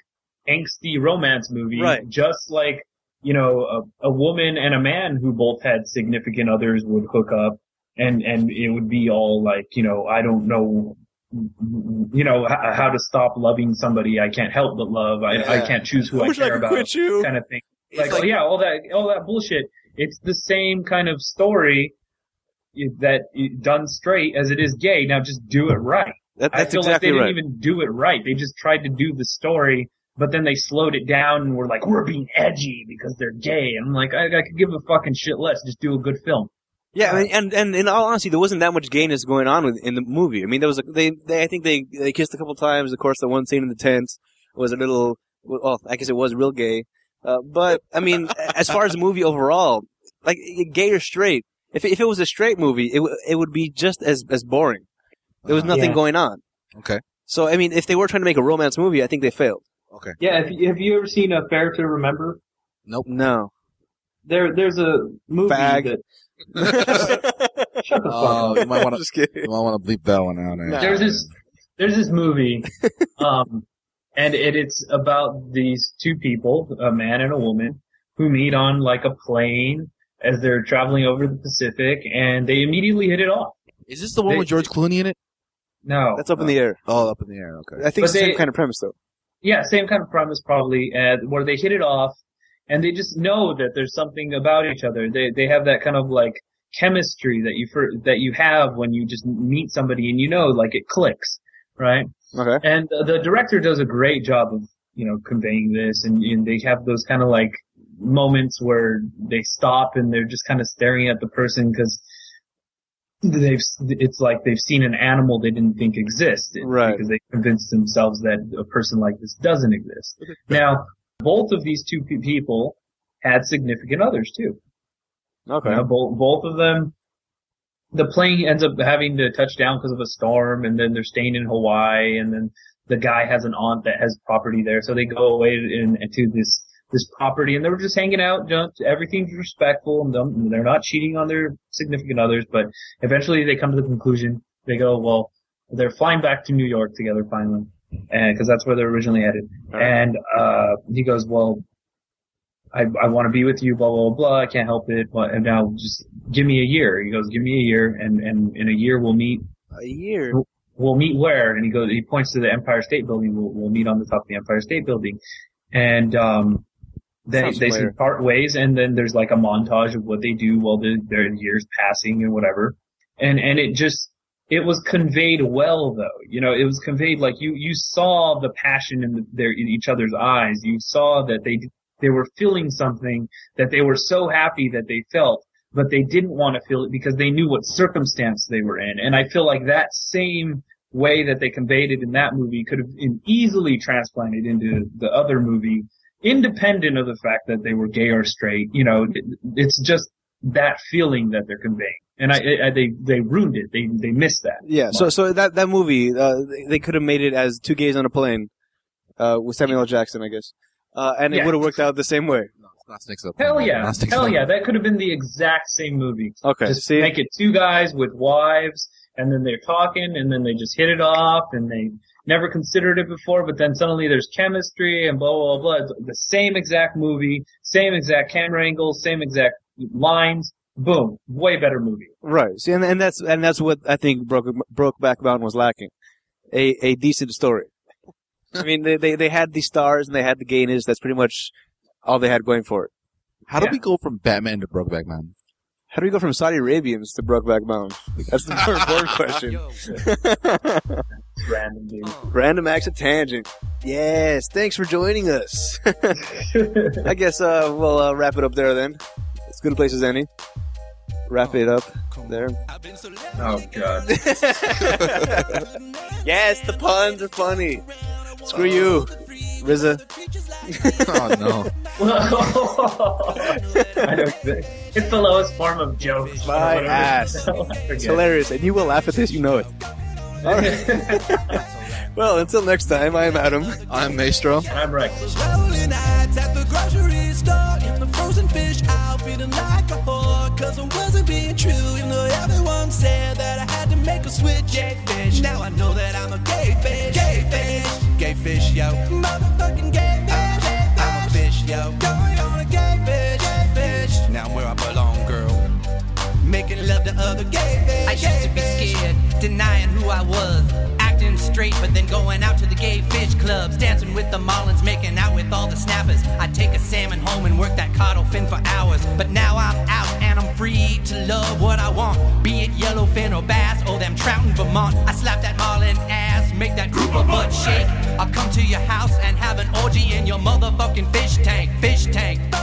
[SPEAKER 3] angsty romance movie,
[SPEAKER 1] Right.
[SPEAKER 3] Just like you know, a, a woman and a man who both had significant others would hook up, and and it would be all like, you know, I don't know. You know h- how to stop loving somebody. I can't help but love. I, I
[SPEAKER 1] Yeah.
[SPEAKER 3] can't choose who I,
[SPEAKER 1] I wish
[SPEAKER 3] care
[SPEAKER 1] I could
[SPEAKER 3] about.
[SPEAKER 1] quit you.
[SPEAKER 3] Kind of thing
[SPEAKER 2] It's
[SPEAKER 3] like,
[SPEAKER 2] like-
[SPEAKER 3] yeah, all that all that bullshit. It's the same kind of story that done straight as it is gay. Now just do it right.
[SPEAKER 1] That-
[SPEAKER 3] I
[SPEAKER 1] that's
[SPEAKER 3] feel like
[SPEAKER 1] exactly
[SPEAKER 3] they didn't
[SPEAKER 1] right.
[SPEAKER 3] even do it right. They just tried to do the story, but then they slowed it down and were like, "We're being edgy because they're gay." And I'm like, I, I could give a fucking shit less. Just do a good film.
[SPEAKER 1] Yeah, I mean, and and in all honesty, there wasn't that much gayness going on with, in the movie. I mean, there was a, they, they I think they they kissed a couple times. Of course, the one scene in the tent was a little well, I guess it was real gay. Uh, but I mean, as far as the movie overall, like gay or straight, if it- if it was a straight movie, it w- it would be just as as boring. There was
[SPEAKER 2] Uh,
[SPEAKER 1] nothing
[SPEAKER 3] Uh-huh. Yeah.
[SPEAKER 1] going on.
[SPEAKER 2] Okay.
[SPEAKER 1] So I mean, if they were trying to make a romance movie, I think they failed.
[SPEAKER 3] Yeah, have you, have you ever seen a Fair to Remember?
[SPEAKER 1] No.
[SPEAKER 3] There, there's a movie
[SPEAKER 1] Fag.
[SPEAKER 3] that shut the fuck up.
[SPEAKER 2] Oh, you might want to
[SPEAKER 1] Just kidding.
[SPEAKER 2] you might want to bleep that one out. eh?
[SPEAKER 1] Nah.
[SPEAKER 3] there's this there's this movie um and it, it's about these two people a man and a woman who meet on like a plane as they're traveling over the pacific and they immediately hit it off
[SPEAKER 2] Is this the one
[SPEAKER 3] They-
[SPEAKER 2] with George Clooney in it?
[SPEAKER 3] no
[SPEAKER 1] That's up in the air.
[SPEAKER 2] Oh, up in the air. Okay.
[SPEAKER 1] I think it's the
[SPEAKER 3] But
[SPEAKER 1] same
[SPEAKER 3] they-
[SPEAKER 1] kind of premise though.
[SPEAKER 3] yeah same kind of premise probably uh, where they hit it off and they just know that there's something about each other they they have that kind of like chemistry that you for, that you have when you just meet somebody and you know like it clicks right
[SPEAKER 1] Okay.
[SPEAKER 3] And uh, the director does a great job of, you know, conveying this and, and they have those kind of like moments where they stop and they're just kind of staring at the person because they've, it's like they've seen an animal they didn't think existed.
[SPEAKER 1] Right.
[SPEAKER 3] Because they convinced themselves that a person like this doesn't exist. Now, both of these two pe- people had significant others too.
[SPEAKER 1] Okay.
[SPEAKER 3] You know, both, both of them, the plane ends up having to touch down because of a storm, and then they're staying in Hawaii, and then the guy has an aunt that has property there, so they go away in, into this this property, and they were just hanging out. Just, everything's respectful, and them- they're not cheating on their significant others. But eventually, they come to the conclusion. They go, well, they're flying back to New York together finally, and because that's where they're originally headed.
[SPEAKER 1] All right.
[SPEAKER 3] And uh, he goes, "Well, I, I want to be with you, blah blah blah. I can't help it. But and now just give me a year." He goes, "Give me a year, and and in a year we'll meet.
[SPEAKER 1] A year.
[SPEAKER 3] We'll meet where?" And he goes, he points to the Empire State Building. We'll, we'll meet on the top of the Empire State Building. And um, They,
[SPEAKER 1] Sounds
[SPEAKER 3] they
[SPEAKER 1] familiar.
[SPEAKER 3] part ways, and then there's like a montage of what they do while the, their years passing and whatever. And and it just it was conveyed well though. You know, it was conveyed like you you saw the passion in the, their in each other's eyes. You saw that they they were feeling something that they were so happy that they felt, but they didn't want to feel it because they knew what circumstance they were in. And I feel like that same way that they conveyed it in that movie could have been easily transplanted into the other movie, independent of the fact that they were gay or straight. You know, it, it's just that feeling that they're conveying. And I, I, I they, they ruined it. They, they missed that.
[SPEAKER 1] Yeah. So so that that movie uh, they- they could have made it as two gays on a plane uh, with Samuel L. Jackson, I guess, uh, and it
[SPEAKER 3] Yeah.
[SPEAKER 1] would have worked out the same way.
[SPEAKER 2] No, it's not Snakes Up.
[SPEAKER 3] Hell
[SPEAKER 2] No,
[SPEAKER 3] yeah.
[SPEAKER 2] not Snakes
[SPEAKER 3] Hell
[SPEAKER 2] Up.
[SPEAKER 3] yeah. That could have been the exact same movie.
[SPEAKER 1] Okay.
[SPEAKER 3] Just
[SPEAKER 1] see,
[SPEAKER 3] make it two guys with wives, and then they're talking, and then they just hit it off, and they never considered it before, but then suddenly there's chemistry and blah blah blah. It's the same exact movie, same exact camera angles, same exact lines. Boom, way better movie.
[SPEAKER 1] right. See, and, and that's and that's what I think broke Brokeback Mountain was lacking, a a decent story. I mean, they, they they had the stars and they had the gayness. That's pretty much all they had going for it.
[SPEAKER 2] How did
[SPEAKER 3] Yeah.
[SPEAKER 2] we go from Batman to Brokeback Mountain?
[SPEAKER 1] How do we go from Saudi Arabians to Brokeback Mountain? That's the more important question.
[SPEAKER 4] Yo,
[SPEAKER 3] Random dude.
[SPEAKER 4] uh,
[SPEAKER 1] Random acts of tangent. Yes, thanks for joining us. I guess uh, we'll uh, wrap it up there then. It's good a place as any. Wrap it up
[SPEAKER 4] come
[SPEAKER 1] there.
[SPEAKER 4] I've been so
[SPEAKER 3] oh god.
[SPEAKER 1] yes, the puns are funny. Screw you, Rizza.
[SPEAKER 2] oh no.
[SPEAKER 3] I know exactly. It's the lowest form of joke.
[SPEAKER 1] My ass. It's hilarious, and you will laugh at this. You know it. All right. Well, until next time, I'm Adam.
[SPEAKER 2] I'm Maestro.
[SPEAKER 3] I'm right.
[SPEAKER 4] Rolling eyes at the grocery store in the frozen fish aisle, feeling like a whore. Cause I wasn't being true, you know, everyone said that I had to make a switch. Gay fish, now I know that I'm a gay fish. Gay fish, gay fish, yo. Motherfucking gay fish. I'm a fish, yo. Going on a gay fish. Gay fish, now I'm where I belong, girl. Making love to other gay fish.
[SPEAKER 5] I used to be scared, denying who I was. Acting straight, but then going out to the gay fish clubs. Dancing with the Marlins, making out with all the snappers. I'd take a salmon home and work that caudal fin for hours. But now I'm out and I'm free to love what I want. Be it yellowfin or bass or them trout in Vermont. I slap that Marlin ass, make that grouper butt shake. I'll come to your house and have an orgy in your motherfucking fish tank. Fish tank.